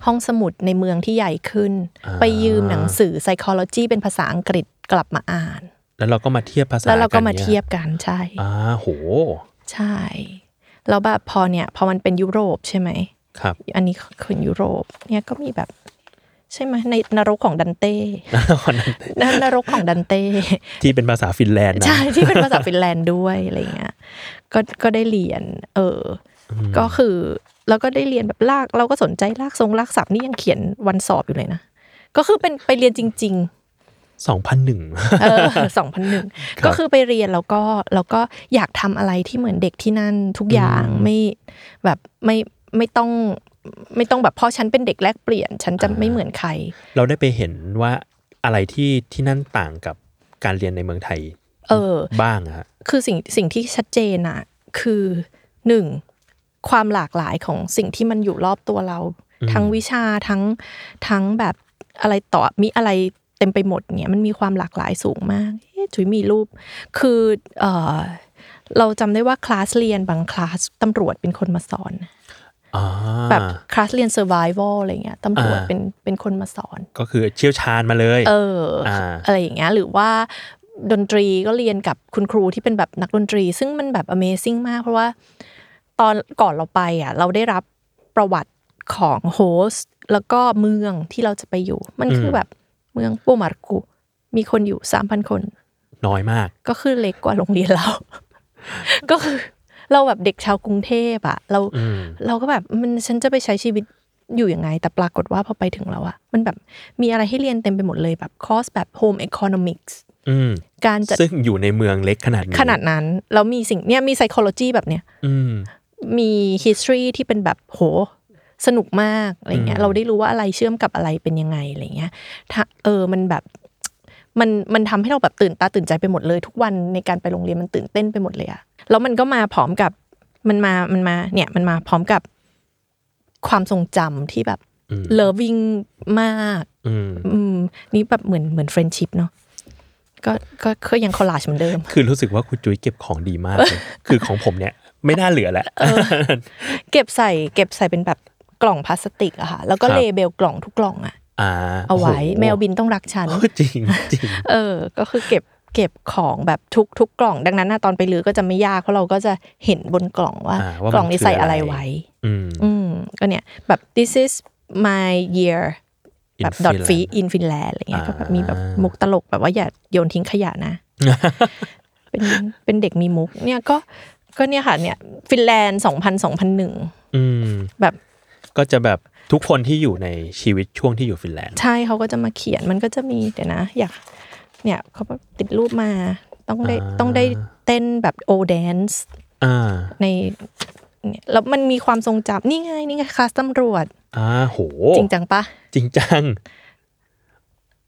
Speaker 3: ห้องสมุดในเมืองที่ใหญ่ขึ้น
Speaker 2: อ่า
Speaker 3: ไปยืมหนังสือ psychology เป็นภาษาอังกฤษกลับมาอ่าน
Speaker 2: แล้วเราก็มาเทียบภาษา
Speaker 3: แล้วเราก็
Speaker 2: น
Speaker 3: มา
Speaker 2: นี่
Speaker 3: เทียบกันใช่
Speaker 2: อ่าโห
Speaker 3: ใช่แล้วแบบพอเนี่ยพอมันเป็นยุโรปใช่ไหม
Speaker 2: ครับ
Speaker 3: อันนี้คือยุโรปเนี่ยก็มีแบบ ใช่ไหมในนรกของดันเต้ นรกของดันเต้
Speaker 2: ที่เป็นภาษาฟินแลนด์นะ
Speaker 3: ใช่ที่เป็นภาษาฟินแลนด์ด้วยอะไรเงี้ยก็ก็ได้เรียน เอออก็คือแล้วก็ได้เรียนแบบลาก เราก็สนใจลากทรงลากศัพท์นี่ยังเขียนวันสอบอยู่เลยนะ ก็คือเป็นไปเรียนจริง
Speaker 2: สองพันหนึ่ง
Speaker 3: ๆ เอ อสองพันหนึ่ง
Speaker 2: ครับ
Speaker 3: ก็คือไปเรียนแล้วก็แล้วก็อยากทำอะไรที่เหมือนเด็กที่นั่นทุกอย่าง
Speaker 2: อืม
Speaker 3: ไม่แบบไม่ไม่ต้องไม่ต้องแบบเพราะฉันเป็นเด็กแลกเปลี่ยน ฉันจะไม่เหมือนใคร
Speaker 2: เราได้ไปเห็นว่าอะไรที่ที่นั่นต่างกับการเรียนในเมืองไทย
Speaker 3: เออ
Speaker 2: บ้างอะฮะ
Speaker 3: คือสิ่งสิ่งที่ชัดเจนอะคือหนึ่งความหลากหลายของสิ่งที่มันอยู่รอบตัวเรา
Speaker 2: อืม
Speaker 3: ทั้งวิชาทั้งทั้งแบบอะไรต่อมีอะไรเต็มไปหมดเนี่ยมันมีความหลากหลายสูงมากเอ๊ะจุ๋ยมีรูป คือเออเราจำได้ว่าคลาสเรียนบางคลาสตำรวจเป็นคนมาสอน
Speaker 2: อ่า
Speaker 3: แบบคลาสเรียน survival อะไรเงี้ยตำรวจ
Speaker 2: อ่า
Speaker 3: เป็นเป็นคนมาสอน
Speaker 2: ก็คือเชี่ยวชาญมาเลย
Speaker 3: เอออา อะไรอย่างเงี้ยหรือว่าดนตรีก็เรียนกับคุณครูที่เป็นแบบนักดนตรี ซึ่งมันแบบ Amazing มาก เพราะว่าตอนก่อนเราไปอ่ะเราได้รับประวัติของโฮสต์แล้วก็เมืองที่เราจะไปอยู่ มันคือแบบเมืองปูมาร์กุมีคนอยู่ 3,000 คน
Speaker 2: น้อยมาก
Speaker 3: ก็คือเล็กกว่าโรงเรียนเรา ก็คือเราแบบเด็กชาวกรุงเทพอ่ะเรา
Speaker 2: อืม
Speaker 3: เราก็แบบมันฉันจะไปใช้ชีวิตอยู่ยังไง แต่ปรากฏว่าพอไปถึงแล้วอะมันแบบมีอะไรให้เรียนเต็มไปหมดเลยแบบคอร์สแบบ home economics
Speaker 2: อืม
Speaker 3: การจัด
Speaker 2: ซึ่งอยู่ในเมืองเล็กขนาดนี้
Speaker 3: ขนาดนั้นแล้วมีสิ่งเนี่ยมี psychology แบบเนี้ย
Speaker 2: อืม
Speaker 3: มี history ที่เป็นแบบโหสนุกมากอะไรเงี้
Speaker 2: อืม
Speaker 3: ยเราได้รู้ว่าอะไรเชื่อมกับอะไรเป็นยังไงอะไรเงี้ยถ้าเออมันแบบมันมันทำให้เราแบบตื่นตาตื่นใจไปหมดเลย ทุกวันในการไปโรงเรียนมันตื่นเต้นไปหมดเลยอะแล้วมันก็มาพร้อมกับมันมามันมาเนี่ยมันมาพร้อมกับความทรงจำที่แบบ
Speaker 2: อืม
Speaker 3: loving มาก
Speaker 2: อืม
Speaker 3: อืมนี่แบบเหมือนเหมือน friendship เนาะก็ก็ก็ยังคอลลาจเหมือนเดิม
Speaker 2: คือรู้สึกว่าคุณจุ้ยเก็บของดีมาก เลย คือของผมเนี่ยไม่น่าเหลือแล้ว
Speaker 3: เก็บใส่เก็บใส่เป็นแบบกล่องพลาสติกอะค่ะ แล้วก็
Speaker 2: ครับ
Speaker 3: เลเบลกล่องทุกกล่องอะ
Speaker 2: อ่า
Speaker 3: เอาไว้
Speaker 2: โโห
Speaker 3: แมวบินต้องรักฉัน
Speaker 2: โอ้จริงจริง
Speaker 3: เออ ก็คือเก็บเก็บของแบบทุกทุกกล่อง ดังนั้นนะตอนไปลือก็จะไม่ยาก เพราะเราก็จะเห็นบนกล่องว่า
Speaker 2: าว่ามั
Speaker 3: กล่องนี้
Speaker 2: คื
Speaker 3: ใส่อะไรไว้
Speaker 2: อืม
Speaker 3: อืมก็เนี่ยแบบ this is my year แบบ
Speaker 2: In
Speaker 3: ดอทฟี
Speaker 2: Finland
Speaker 3: อินฟินแลนด์อะไรเงี้ย
Speaker 2: อ่า
Speaker 3: ก็แบบมีแบบมุกตลกแบบว่าอย่าโยนทิ้งขยะ นะ เป็นเป็นเด็กมีมุก เนี่ยก็ก็เนี่ยค่ะเนี่ยฟินแลนด์สองพันสองพันหนึ่ง
Speaker 2: อืม
Speaker 3: แบบ
Speaker 2: ก็จะแบบทุกคนที่อยู่ในชีวิตช่วงที่อยู่ฟินแลนด์
Speaker 3: ใช่เขาก็จะมาเขียนมันก็จะมีเดี๋ยวนะ อยากเนี่ยเขาติดรูปมาต้องได้
Speaker 2: อ่า
Speaker 3: ต้องได้เต้นแบบโอแดนซ์
Speaker 2: อ่า
Speaker 3: ในเนี่ยแล้วมันมีความทรงจำนี่ไง นี่ไงคลาสตำรวจ
Speaker 2: อ่าโห
Speaker 3: จริงจังปะ
Speaker 2: จริงจัง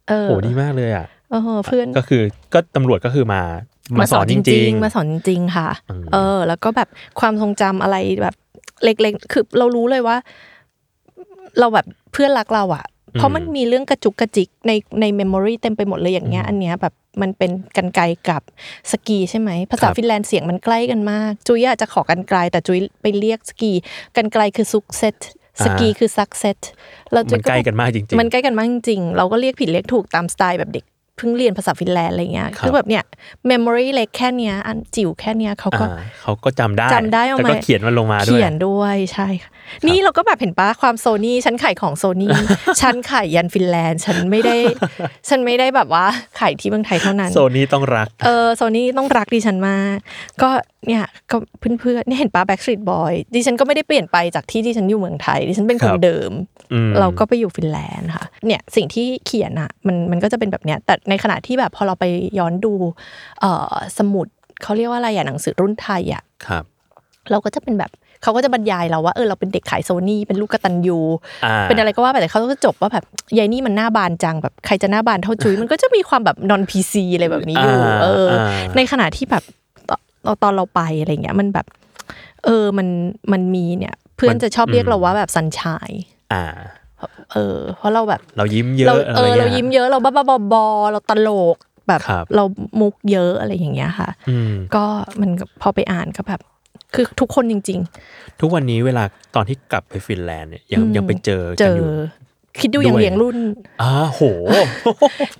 Speaker 3: เออ
Speaker 2: โหดีมากเลยอ่ะ
Speaker 3: เออเพื่อน
Speaker 2: ก็คือก็ตำรวจก็คือมามาสอนจริง
Speaker 3: ๆมาสอนจริงๆค่ะ
Speaker 2: อืม
Speaker 3: เออ แล้วก็แบบความทรงจำอะไรแบบเล็กๆ คือเรารู้เลยว่า เราแบบเพื่อนรักเราอะเพราะมันมีเรื่องกระจุกกระจิกในในเมมโมรีเต็มไปหมดเลยอย่างเงี้ย อันเนี้ยแบบมันเป็นกันไกลกับสกีใช่ไหม ภาษา
Speaker 2: ครับ
Speaker 3: ฟินแลนด์เสียงมันใกล้กันมาก จุยอะจะขอกันไกล แต่จุยไปเรียกสกีกันไกลคือซุกเซตสกีคือซักเซตแล้ว
Speaker 2: ๆ
Speaker 3: จุ
Speaker 2: มั
Speaker 3: ย
Speaker 2: นใกล้กันมากจริง
Speaker 3: มันใกล้กันมากจริงๆเราก็เรียกผิดเรียกถูกตามสไตล์แบบเด็กเพิ่งเรียนภาษาฟินแลนด์อะไรเงี้
Speaker 2: ค
Speaker 3: ย
Speaker 2: รับ
Speaker 3: คือแบบเนี้ยเมมโมรีเล็กแค่เนี้ยอันจิ๋วแค่เนี้ยเขาก็
Speaker 2: อ่าเขาก็จำได้
Speaker 3: จำได้เอา
Speaker 2: แล้ว
Speaker 3: มา
Speaker 2: ก็เขียนมันลงมาด้วย
Speaker 3: เขียนด้วยใช่ค่ะนี่เราก็แบบเห็นปะความโซนี่ฉันขายของโซ นี่ ฉันขายยันฟินแลนด์ฉันไม่ได้ ฉันไม่ได้แบบว่าขายที่เมืองไทยเท่านั้น
Speaker 2: โซนี้ต้องรัก
Speaker 3: เออโซนี่ต้องรักดิฉันมากก็เนี่ยก็เพื่อนๆเนี่ยเห็นปะแบ็กสตรีทบอยดิฉันก็ไม่ได้เปลี่ยนไปจากที่ที่ฉันอยู่เมืองไทยดิฉันเป็นค
Speaker 2: คน รับ
Speaker 3: เดิม
Speaker 2: อืม
Speaker 3: เราก็ไปอยู่ฟินแลนด์ค่ะ เนี่ยสิ่งที่เขียนอ่ะมันมันก็จะเป็นแบบเนี้ย แต่ในขณะที่แบบพอเราไปย้อนดูเอ่อสมุดเขาเรียกว่าอะไรอ่ะหนังสือรุ่นไทยอ่ะ
Speaker 2: ครับ
Speaker 3: เราก็จะเป็นแบบเขาก็จะบรรยายเราว่าเออเราเป็นเด็กขายโซนี่เป็นลูกกตันยู
Speaker 2: อ่า
Speaker 3: เป็นอะไรก็ว่าไปแต่เขาก็จบว่าแบบยายนี่มันหน้าบานจังแบบใครจะหน้าบานเท่าจุ้ย มันก็จะมีความแบบนอนพีซีอะไรแบบนี้อยู่
Speaker 2: อ่า
Speaker 3: เอออา ในขณะที่แบบตอนตอนเราไปอะไรเงี้ยมันแบบ เออมันมันมีเนี่ย เพื่อนจะชอบเรียกเราว่าแบบสันชาย
Speaker 2: อ่า
Speaker 3: เออ เพราะเราแบบ
Speaker 2: เรายิ้มเยอะ
Speaker 3: เรา
Speaker 2: อะไร
Speaker 3: เออ
Speaker 2: เงี้ย
Speaker 3: เรายิ้มเยอะเราบ้าๆบอๆเราตลกแบบ
Speaker 2: ครับ
Speaker 3: เรามุกเยอะอะไรอย่างเงี้ยค่ะ
Speaker 2: อืม
Speaker 3: ก็มันก็พอไปอ่านก็แบบ คือทุกคนจริง
Speaker 2: ทุกวันนี้เวลาตอนที่กลับไปฟินแลนด์เนี่ยยัง
Speaker 3: อืม
Speaker 2: ยังไปเจอ
Speaker 3: ๆ เจ
Speaker 2: กันอ
Speaker 3: อ
Speaker 2: ยู่
Speaker 3: คิดดูอย่าง
Speaker 2: ด้วย
Speaker 3: เลี้ยงรุ่น
Speaker 2: อ่า โห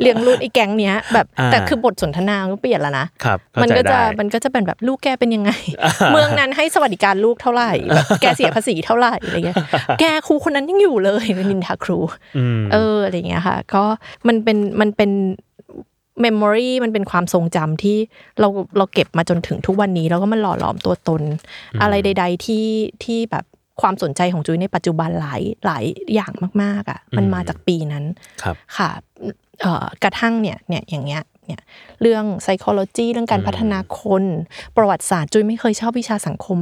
Speaker 3: เลี้ยงรุ่นไอ้แก๊งเนี้ยแบบ
Speaker 2: อ่า
Speaker 3: แต่คือบทสนทนามันก็เปลี่ยนแล้วนะครับ
Speaker 2: เข้า
Speaker 3: มันก็จะ
Speaker 2: ได้
Speaker 3: มันก็จะเป็นแบบลูกแกเป็น ยังไง เมืองนั้นให้สวัสดิการลูกเท่าไหร่แบบแกเสียภาษีเท่าไหร่อะไรเงี้ยแกครูคนนั้นยังอยู่เลยนินทาครู
Speaker 2: อืม
Speaker 3: เอออะไรอย่างเงี้ยค่ะ ก็มันเป็นมันเป็นเมมโมรีมันเป็นความทรงจำที่เราเราเก็บมาจนถึงทุกวันนี้ แล้วก็มันหล่อหลอมตัวตน อะไรใด ๆ ที่ที่แบบความสนใจของจุ้ยในปัจจุบันหลายหลายอย่างมากๆอ่ะมันมาจากปีนั้น
Speaker 2: ครับ
Speaker 3: ค่ะเอ่อกระทั่งเนี่ยเนี่ยอย่างเงี้ยเนี่ยเรื่อง psychology เรื่องการพัฒนาคน ประวัติศาสตร์จุ้ยไม่เคยชอบวิชาสังคม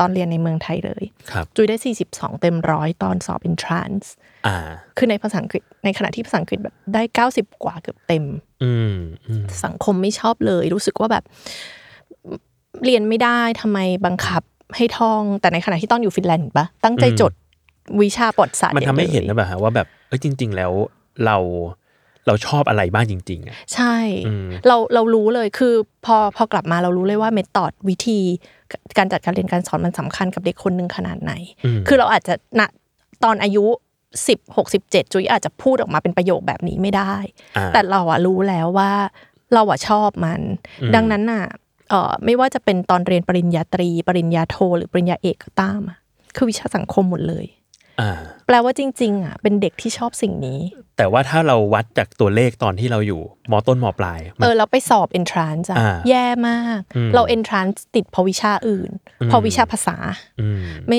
Speaker 3: ตอนเรียนในเมืองไทยเลย
Speaker 2: ครับ
Speaker 3: จุ้ยได้ 42 เต็มร้อยตอนสอบ entrance
Speaker 2: อ่า
Speaker 3: คือในภาษาอังกฤษในขณะที่ภาษาอังกฤษแบบได้ 90 กว่าเกือบเต็ม
Speaker 2: อืมอืม
Speaker 3: สังคมไม่ชอบเลย รู้สึกว่าแบบเรียนไม่ได้ทำไมบังคับให้ท่อง แต่ในขณะที่ต้องอยู่ฟินแลนด์เห็นปะตั้งใจ
Speaker 2: อืม
Speaker 3: จดวิชาปอดศาสตร์
Speaker 2: มันทำให้เห็นนะ
Speaker 3: อย่างดียว
Speaker 2: แบบฮะว่าแบบเอ้ยจริง ๆ แล้วเราเราชอบอะไรบ้างจริง ๆอ่ะ
Speaker 3: ใช่
Speaker 2: อืม
Speaker 3: เราเรารู้เลยคือพอพอกลับมาเรารู้เลยว่าเมธอดวิธีการจัดการเรียนการสอนมันสำคัญกับเด็กคนหนึ่งขนาดไหน
Speaker 2: อืม
Speaker 3: คือเราอาจจะณตอนอายุสิบหกสิบเจ็ดจุยอาจจะพูดออกมาเป็นประโยคแบบนี้ไม่ได้
Speaker 2: อ่า
Speaker 3: แต่เราอะรู้แล้วว่าเราอะชอบมัน
Speaker 2: อืม
Speaker 3: ดังนั้นอะเออไม่ว่าจะเป็นตอนเรียนปริญญาตรี ปริญญาโทหรือปริญญาเอกก็ตามอะคือวิชาสังคมหมดเลย
Speaker 2: อ่า
Speaker 3: แปลว่าจริง ๆอะเป็นเด็กที่ชอบสิ่งนี้
Speaker 2: แต่ว่าถ้าเราวัดจากตัวเลขตอนที่เราอยู่มอต้นมอปลายมั
Speaker 3: เอน อเราไปสอบ entrance อะ
Speaker 2: อ่า
Speaker 3: แย่มาก
Speaker 2: อืม
Speaker 3: เรา entrance ติดเพราะวิชาอื่น
Speaker 2: อืม
Speaker 3: เพราะวิชาภาษา
Speaker 2: อืม
Speaker 3: ไม่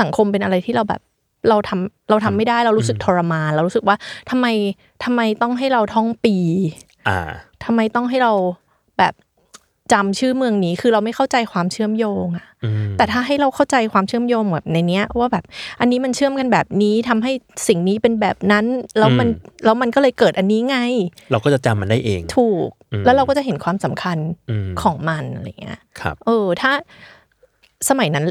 Speaker 3: สังคมเป็นอะไรที่เราแบบเราทำเราทำไม่ได้เรารู้สึกทรมาน เรารู้สึกว่าทำไมทำไมต้องให้เราท่องปี
Speaker 2: อ่า
Speaker 3: ทำไมต้องให้เราแบบจำชื่อเมืองนี้คือเราไม่เข้าใจความเชื่อมโยงอะ
Speaker 2: อืม
Speaker 3: แต่ถ้าให้เราเข้าใจความเชื่อมโยงแบบในเนี้ย ว่าแบบอันนี้มันเชื่อมกันแบบนี้ทำให้สิ่งนี้เป็นแบบนั้นแล้วมันแล้วมันก็เลยเกิดอันนี้ไง
Speaker 2: เราก็จะจำมันได้เอง
Speaker 3: ถูก
Speaker 2: อืม
Speaker 3: แล้วเราก็จะเห็นความสำคัญ
Speaker 2: ม
Speaker 3: ของมันอะไรเงี้ย
Speaker 2: ครับ
Speaker 3: เออถ้าสมัยนั้น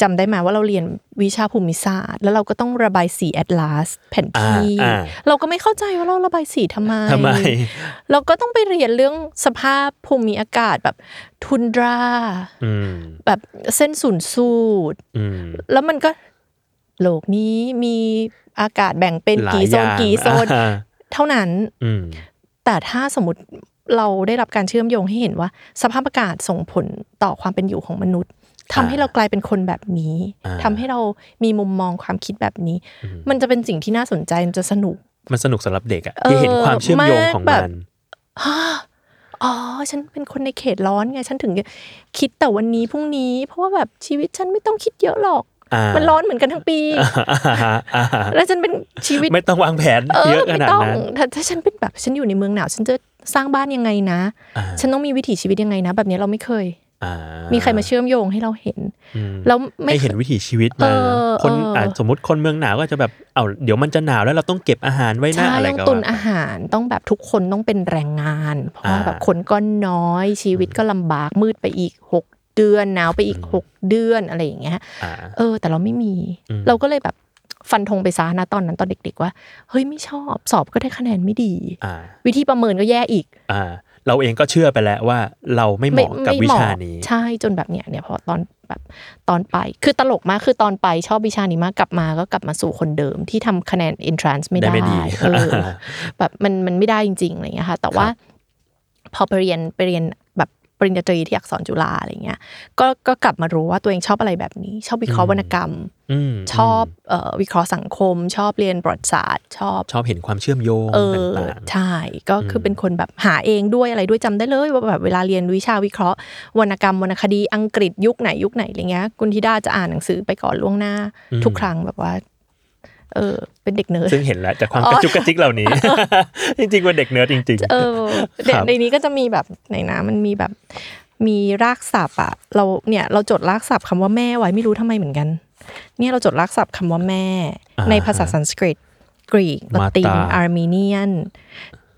Speaker 3: จำได้ไหมว่าเราเรียนวิชาภูมิศาสตร์ แล้วเราก็ต้องระบายสีแอตลาสแผนที่
Speaker 2: อ่าอ่า
Speaker 3: เราก็ไม่เข้าใจว่าเราระบายสีทำไม
Speaker 2: ทำไม
Speaker 3: เราก็ต้องไปเรียนเรื่องสภาพภูมิอากาศแบบทุนดรา
Speaker 2: อืม
Speaker 3: แบบเส้นศูนย์สูตร
Speaker 2: อืม
Speaker 3: แล้วมันก็โลกนี้มีอากาศแบ่งเป็น
Speaker 2: หลาย
Speaker 3: กี่โซ
Speaker 2: อน ย่าง
Speaker 3: กี่โซน
Speaker 2: อ่า
Speaker 3: เท่านั้น
Speaker 2: อืม
Speaker 3: แต่ถ้าสมมติเราได้รับการเชื่อมโยงให้เห็นว่า สภาพอากาศส่งผลต่อความเป็นอยู่ของมนุษย์ทำให้เรากลายเป็นคนแบบนี้
Speaker 2: อ่า
Speaker 3: ทำให้เรามีมุมมองความคิดแบบนี้ มันจะเป็นสิ่งที่น่าสนใจมันจะสนุก
Speaker 2: มันสนุกสำหรับเด็กอะที่เห็นความเชื่อมโยงของ
Speaker 3: เออมาก
Speaker 2: มั
Speaker 3: แบ
Speaker 2: น
Speaker 3: บ ฮะ อ๋อ ฉันเป็นคนในเขตร้อนไง ฉันถึงคิดแต่วันนี้พรุ่งนี้ เพราะว่าแบบชีวิตฉันไม่ต้องคิดเยอะหรอก
Speaker 2: อ่า
Speaker 3: มันร้อนเหมือนกันทั้งปี
Speaker 2: อ่าฮะอ่าฮะ
Speaker 3: แล้วฉันเป็นชีวิต
Speaker 2: ไม่ต้องวางแผน
Speaker 3: เอ
Speaker 2: เย
Speaker 3: อ
Speaker 2: อะข
Speaker 3: ไม่
Speaker 2: นาด
Speaker 3: ต้อง
Speaker 2: นั้น
Speaker 3: ถ้าถ้าฉันเป็นแบบฉันอยู่ในเมืองหนาว ฉันจะสร้างบ้านยังไงนะ
Speaker 2: อ่า
Speaker 3: ฉันต้องมีวิถีชีวิตยังไงนะ แบบนี้เราไม่เคย
Speaker 2: อ่า
Speaker 3: มีใครมาเชื่อมโยงให้เราเห็น
Speaker 2: อืม
Speaker 3: แล้วไม่
Speaker 2: ให้เห็นวิถีชีวิต
Speaker 3: เอ
Speaker 2: มา
Speaker 3: อ
Speaker 2: คน
Speaker 3: เอออ่
Speaker 2: ะสมมติคนเมืองหนาวก็จะแบบ เอาเดี๋ยวมันจะหนาวแล้วเราต้องเก็บอาหารไว้หน้า
Speaker 3: ใช่
Speaker 2: อะไร
Speaker 3: ต้อง
Speaker 2: ก็
Speaker 3: ตุน
Speaker 2: ว่า
Speaker 3: อาหารต้องแบบทุกคนต้องเป็นแรงงาน เพราะว่า
Speaker 2: อ่า
Speaker 3: แบบคนก็น้อยชีวิตก็ลำบากมืดไปอีกหกเดือนหนาวไปอีกหกเดือนอะไรอย่างเงี้ย
Speaker 2: อ่า
Speaker 3: เออ แต่เราไม่มี
Speaker 2: อืม
Speaker 3: เราก็เลยแบบฟันธงไปซะนะตอนนั้นตอนเด็ก ๆ ว่า เฮ้ยไม่ชอบสอบก็ได้คะแนนไม่ดี
Speaker 2: อ่า
Speaker 3: วิธีประเมินก็แย่อีก
Speaker 2: อ่า เราเองก็เชื่อไปแล้วว่าเราไม่เหมาะกับวิชานี้
Speaker 3: ใช่จนแบบเนี้ยเนี่ยพอตอนแบบตอนไป คือตลกมากคือตอนไปชอบวิชานี้มากกลับมาก็กลับมาสู่คนเดิมที่ทำคะแนน entrance ไม่
Speaker 2: ได้
Speaker 3: ได้
Speaker 2: ไม่ดี
Speaker 3: เออ แบบมันมันไม่ได้จริงๆอะไรเงี้ยค่ะ แต่ว่าพอไปเรียนไปเรียนแบบปริญญาตรีที่อักษรจุฬาอะไรเงี้ยก็ก็กลับมารู้ว่าตัวเองชอบอะไรแบบนี้ ชอบวิเคราะห์วรรณกรรม
Speaker 2: อืม
Speaker 3: ชอบเอ่อวิเคราะห์สังคม ชอบเรียนประวัติศาสตร์ ชอบ
Speaker 2: ชอบเห็นความเชื่อมโยง
Speaker 3: เออ
Speaker 2: ต่าง
Speaker 3: ใช่ก็คืออ
Speaker 2: ม
Speaker 3: เป็นคนแบบหาเองด้วยอะไรด้วยจำได้เลยว่าแบบเวลาเรียนวิชาวิเคราะห์วรรณกรรมวรรณคดีอังกฤษยุคไหนยุคไหนอะไรเงี้ยกุณธิดาจะอ่านหนังสือไปก่อนล่วงหน้า ทุกครั้งแบบว่า เออ เป็นเด็กเนิร์ด
Speaker 2: ๆ ซึ่งเห็นแล้วจากความกระจุกกระจิกเหล่า นี้ จริงๆว่าเด็กเนิร์ดจริง
Speaker 3: เออเดี๋ย
Speaker 2: คว รับ
Speaker 3: ในนี้ก็จะมีแบบไหนนะ มันมีแบบมีรากศัพท์อะเราเนี่ยเราจดรากศัพท์คำว่าแม่ไว้ไม่รู้ทำไมเหมือนกัน เนี่ยเราจดรากศัพท์คำว่าแม่ ในภาษาสันสกฤต กรีกละติน อาร์เมเนียน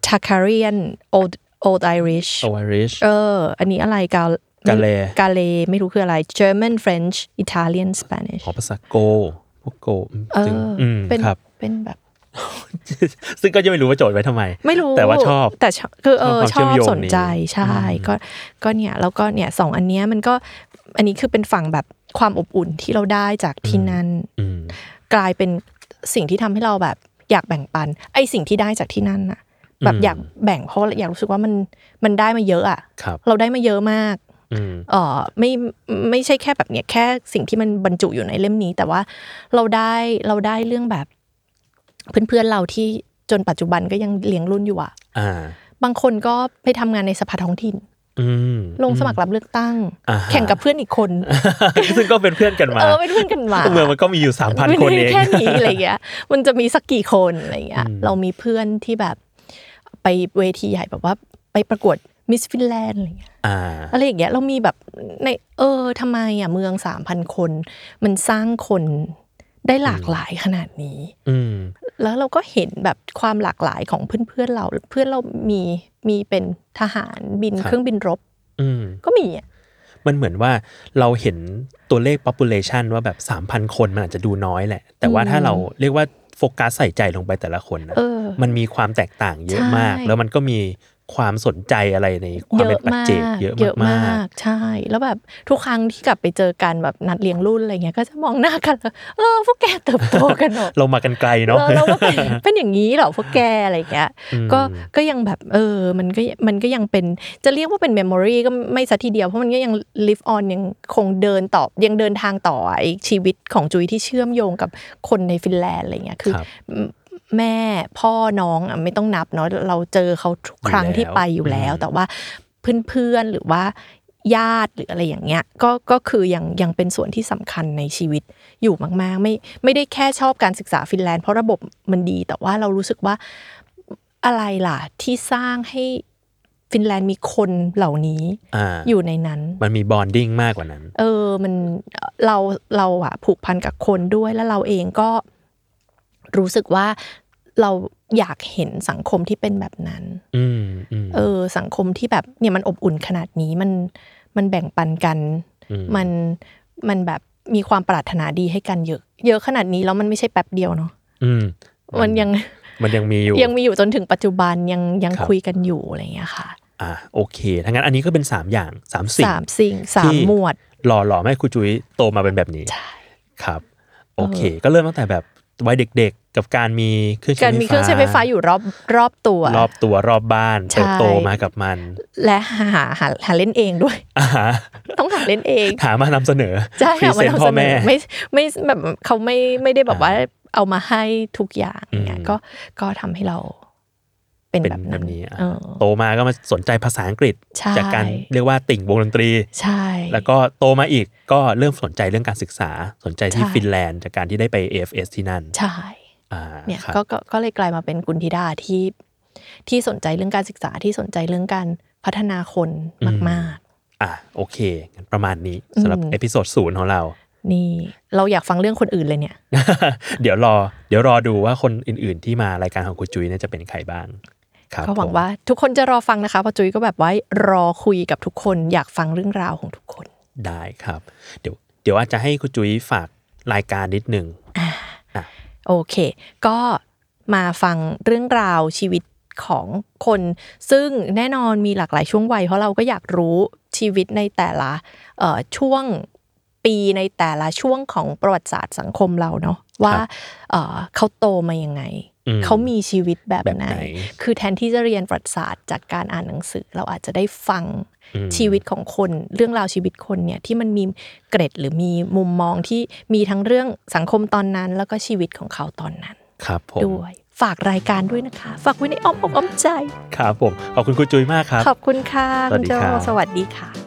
Speaker 3: ทาคาเรียนโอ d โอ d i ไอริช
Speaker 2: ๆ o อริช
Speaker 3: เออ อันนี้อะไรกา
Speaker 2: Gale
Speaker 3: กาเลไม่รู้คืออะไร German French Italian Spanish
Speaker 2: ขอภาษาโก พวกโกอืม
Speaker 3: เอ
Speaker 2: ซึ่ง
Speaker 3: อ
Speaker 2: อืม
Speaker 3: เป็น
Speaker 2: ครับ
Speaker 3: เป็นแบบ
Speaker 2: ซึ่งก็ยังไม่รู้ว่าโจทย์ไว้ทำไม
Speaker 3: ไม่รู้
Speaker 2: แต่ว่าชอบ
Speaker 3: แต่ชอบคือเออ
Speaker 2: ความ
Speaker 3: ช
Speaker 2: เชื่
Speaker 3: อ
Speaker 2: อม
Speaker 3: บ
Speaker 2: โยง
Speaker 3: สนใจใช่ก็ก็เนี่ยแล้วก็เนี่ยสองอันเนี้ยมันก็อันนี้คือเป็นฝั่งแบบความอบอุ่นที่เราได้จากที่นั่น
Speaker 2: อืม
Speaker 3: กลายเป็นสิ่งที่ทำให้เราแบบอยากแบ่งปัน ไอสิ่งที่ได้จากที่นั่นน่ะ แบบ
Speaker 2: อืม
Speaker 3: อยากแบ่งเพราะอยากรู้สึกว่ามันมันได้มาเยอะอ่ะ
Speaker 2: ครับ
Speaker 3: เราได้มาเยอะมาก
Speaker 2: อืม
Speaker 3: เออไม่ไม่ใช่แค่แบบเนี้ยแค่สิ่งที่มันบรรจุอยู่ในเล่มนี้ แต่ว่าเราได้เราได้เรื่องแบบ เพื่อนๆเราที่จนปัจจุบันก็ยังเลี้ยงรุ่นอยู่อ่ะ
Speaker 2: อ่า
Speaker 3: บางคนก็ไปทำงานในสภาท้องถิ่น
Speaker 2: อืม
Speaker 3: ลงสมัครรับเลือกตั้ง
Speaker 2: อ่าฮะ
Speaker 3: แข่งกับเพื่อนอีกคน
Speaker 2: ซึ่งก็เป็นเพื่อนกันมา
Speaker 3: เออเป็นเพื่อนกันมา
Speaker 2: เมืองมันก็มีอยู่สามพัน
Speaker 3: ไม่
Speaker 2: คน
Speaker 3: ได้
Speaker 2: เอง
Speaker 3: แค่นี้ อะไรเงี้ย มันจะมีสักกี่คนอะไรเงี้ย
Speaker 2: อืม
Speaker 3: เรามีเพื่อนที่แบบ ไปเวทีใหญ่แบบว่าไปประกวดมิสฟินแลนด์อะไรเงี้ย
Speaker 2: อ่า
Speaker 3: อะไรอย่างเงี้ยเรามีแบบในเออทำไมอ่ะเมืองสามพันคน มันสร้างคนได้หลากหลายขนาดนี้
Speaker 2: อืม
Speaker 3: แล้วเราก็เห็นแบบความหลากหลายของเพื่อนๆเรา เพื่อนเรามีมีเป็นทหารบิน
Speaker 2: ครับ
Speaker 3: เครื่องบินรบ
Speaker 2: อืม
Speaker 3: ก็มีอ่ะ
Speaker 2: มันเหมือนว่าเราเห็นตัวเลข population ว่าแบบ 3,000 คนมันอาจจะดูน้อยแหละ แต่ว่าถ้าเราเรียกว่าโฟกัสใส่ใจลงไปแต่ละคนนะ
Speaker 3: เออ
Speaker 2: มันมีความแตกต่างเยอะมาก
Speaker 3: ใช่
Speaker 2: แล้วมันก็มีความสนใจอะไรในความเป็นปัจเจกเยอะมาก
Speaker 3: ใช่ แล้วแบบทุกครั้งที่กลับไปเจอกันแบบนัดเลี้ยงรุ่นอะไรเงี้ยก็จะมองหน้ากัน แล้วเออพวกแกเติบโตกันเนอะ
Speaker 2: ๆ เรามากันไกลเนาะ
Speaker 3: เราเราก็เป็น เป็นอย่างนี้เหรอพวกแกอะไรเงี้ยก็ก็ยังแบบเออมันก็มันก็ยังเป็นจะเรียกว่าเป็นเมมโมรีก็ไม่ซะทีเดียวเพราะมันก็ยัง live on ยังคงเดินต่อยังเดินทางต่อไอชีวิตของจุยที่เชื่อมโยงกับคนในฟินแลนด์อะไรเงี้ยคือ
Speaker 2: ครับ
Speaker 3: แม่พ่อน้องอ่ะไม่ต้องนับเนาะเราเจอเขาทุกครั้ง
Speaker 2: อยู่แล้ว
Speaker 3: ที่ไปอยู่แล้ว แต่ว่าเพื่อนๆหรือว่าญาติหรืออะไรอย่างเงี้ยก็ก็คือยังยังเป็นส่วนที่สำคัญในชีวิตอยู่มาก ๆ ไม่ไม่ได้แค่ชอบการศึกษาฟินแลนด์เพราะระบบมันดี แต่ว่าเรารู้สึกว่าอะไรล่ะที่สร้างให้ ฟินแลนด์มีคนเหล่านี้
Speaker 2: อ่า
Speaker 3: อยู่ในนั้น
Speaker 2: มันมีบอนดิ้งมากกว่านั้น
Speaker 3: เออมันเราเราอะผูกพันกับคนด้วยแล้วเราเองก็รู้สึกว่าเราอยากเห็นสังคมที่เป็นแบบนั้น
Speaker 2: อืมอืม
Speaker 3: เออ สังคมที่แบบเนี่ยมันอบอุ่นขนาดนี้มันมันแบ่งปันกัน
Speaker 2: ม
Speaker 3: มันมันแบบมีความปรารถนาดีให้กันเยอะ เยอะขนาดนี้แล้วมันไม่ใช่แป๊บเดียวเนาะ
Speaker 2: อืม
Speaker 3: มันยัง
Speaker 2: มันยังมีอยู่
Speaker 3: ยังมีอยู่จนถึงปัจจุบันยังยัง
Speaker 2: ครับ
Speaker 3: คุยกันอยู่อะไรอย่างเงี้ยค่ะ
Speaker 2: อ่าโอเคถ้างั้นอันนี้ก็เป็น 3 อย่าง 3 สิ่ง
Speaker 3: สามสิ่งสาม
Speaker 2: ที่
Speaker 3: หมวด
Speaker 2: หล่อหลอมให้ครูจุ้ยโตมาเป็นแบบนี้
Speaker 3: ใช่
Speaker 2: ครับ โอเค ก็เริ่มตั้งแต่แบบวัยเด็กๆ กับการมีเครื่องใช้
Speaker 3: การมีเครื่องใช้ไฟฟ้าอยู่รอบรอบตัว
Speaker 2: รอบตัวรอบบ้าน
Speaker 3: ใช่
Speaker 2: เติบโตมากับมัน
Speaker 3: และ หาหาหาเล่นเองด้วย
Speaker 2: อ่า
Speaker 3: ต้องหาเล่นเอง
Speaker 2: หามานำเสนอ
Speaker 3: ใช่
Speaker 2: พรี
Speaker 3: ค่ะ
Speaker 2: เซน
Speaker 3: นำ
Speaker 2: ต์พ่อ
Speaker 3: เสน
Speaker 2: แม่
Speaker 3: อไม่ไม่แบบเขาไม่ไม่ได้แบบ
Speaker 2: อ่า
Speaker 3: ว่าเอามาให้ทุกอย่างเนี่ย
Speaker 2: อืม
Speaker 3: ก็ก็ทำให้เราเป็น
Speaker 2: เป็น
Speaker 3: แบบ
Speaker 2: แบ
Speaker 3: นั้น
Speaker 2: บนี้อ่ะ
Speaker 3: เออ
Speaker 2: โตมาก็มาสนใจภาษาอังกฤษ
Speaker 3: ใช่
Speaker 2: จากการเรียกว่าติ่งวงดนตรี
Speaker 3: ใช่
Speaker 2: แล้วก็โตมาอีกก็เริ่มสนใจเรื่องการศึกษาสนใจที่ฟินแลนด์จากการที่ได้ไป AFS ที่นั่น
Speaker 3: ใช่
Speaker 2: อ่า
Speaker 3: เนี่ย
Speaker 2: ครับ
Speaker 3: ก็ก็ก็เลยกลายมาเป็นกุนธิดาที่ ที่สนใจเรื่องการศึกษาที่สนใจเรื่องการพัฒนาคนมาก
Speaker 2: อ่ะโอเคงั้นประมาณนี้สำหรับ
Speaker 3: อืม
Speaker 2: เอพิโซดศูนย์ของเรา
Speaker 3: ๆ นี่เราอยากฟังเรื่องคนอื่นเลยเนี่ย
Speaker 2: เดี๋ยวรอ เดี๋ยวรอดูว่าคนอื่น ๆ ที่มารายการของคุณจุ้ยเนี่ยจะเป็นใครบ้าง ครับ
Speaker 3: ก็หวัง
Speaker 2: ผม
Speaker 3: ว่าทุกคนจะรอฟังนะคะเพราะจุ้ยก็แบบไว้รอคุยกับทุกคนอยากฟังเรื่องราวของทุกคน
Speaker 2: ได้ครับ เดี๋ยวเดี๋ยวอาจจะให้คุณจุ้ยฝากรายการนิดนึง
Speaker 3: โอเค ก็มาฟังเรื่องราวชีวิตของคน ซึ่งแน่นอนมีหลากหลายช่วงวัย เพราะเราก็อยากรู้ชีวิตในแต่ละเอ่อช่วงปีในแต่ละช่วงของประวัติศาสตร์สังคมเราเนาะว่าเอ่อเขาโตมายังไง
Speaker 2: อืม
Speaker 3: เขามีชีวิตแบบ
Speaker 2: แบบ
Speaker 3: ไห
Speaker 2: ไห
Speaker 3: น
Speaker 2: น
Speaker 3: คือแทนที่จะเรียนประวัติศาสตร์จากการอ่านหนังสือ เราอาจจะได้ฟัง
Speaker 2: อืม
Speaker 3: ชีวิตของคนเรื่องราวชีวิตคนเนี่ยที่มันมีเกร็ดหรือมีมุมมองที่มีทั้งเรื่องสังคมตอนนั้น แล้วก็ชีวิตของเขาตอนนั้น
Speaker 2: ครับผม
Speaker 3: ด้วย ฝากรายการด้วยนะคะ ฝากไว้ในอ้อมอกอ้อมใจ
Speaker 2: ครับผม ขอบคุณคุณจุ้ยมากครับ
Speaker 3: ขอบคุณค่ะ
Speaker 2: สวัสดี
Speaker 3: ณโจ
Speaker 2: ครับ
Speaker 3: สวัสดีค่ะ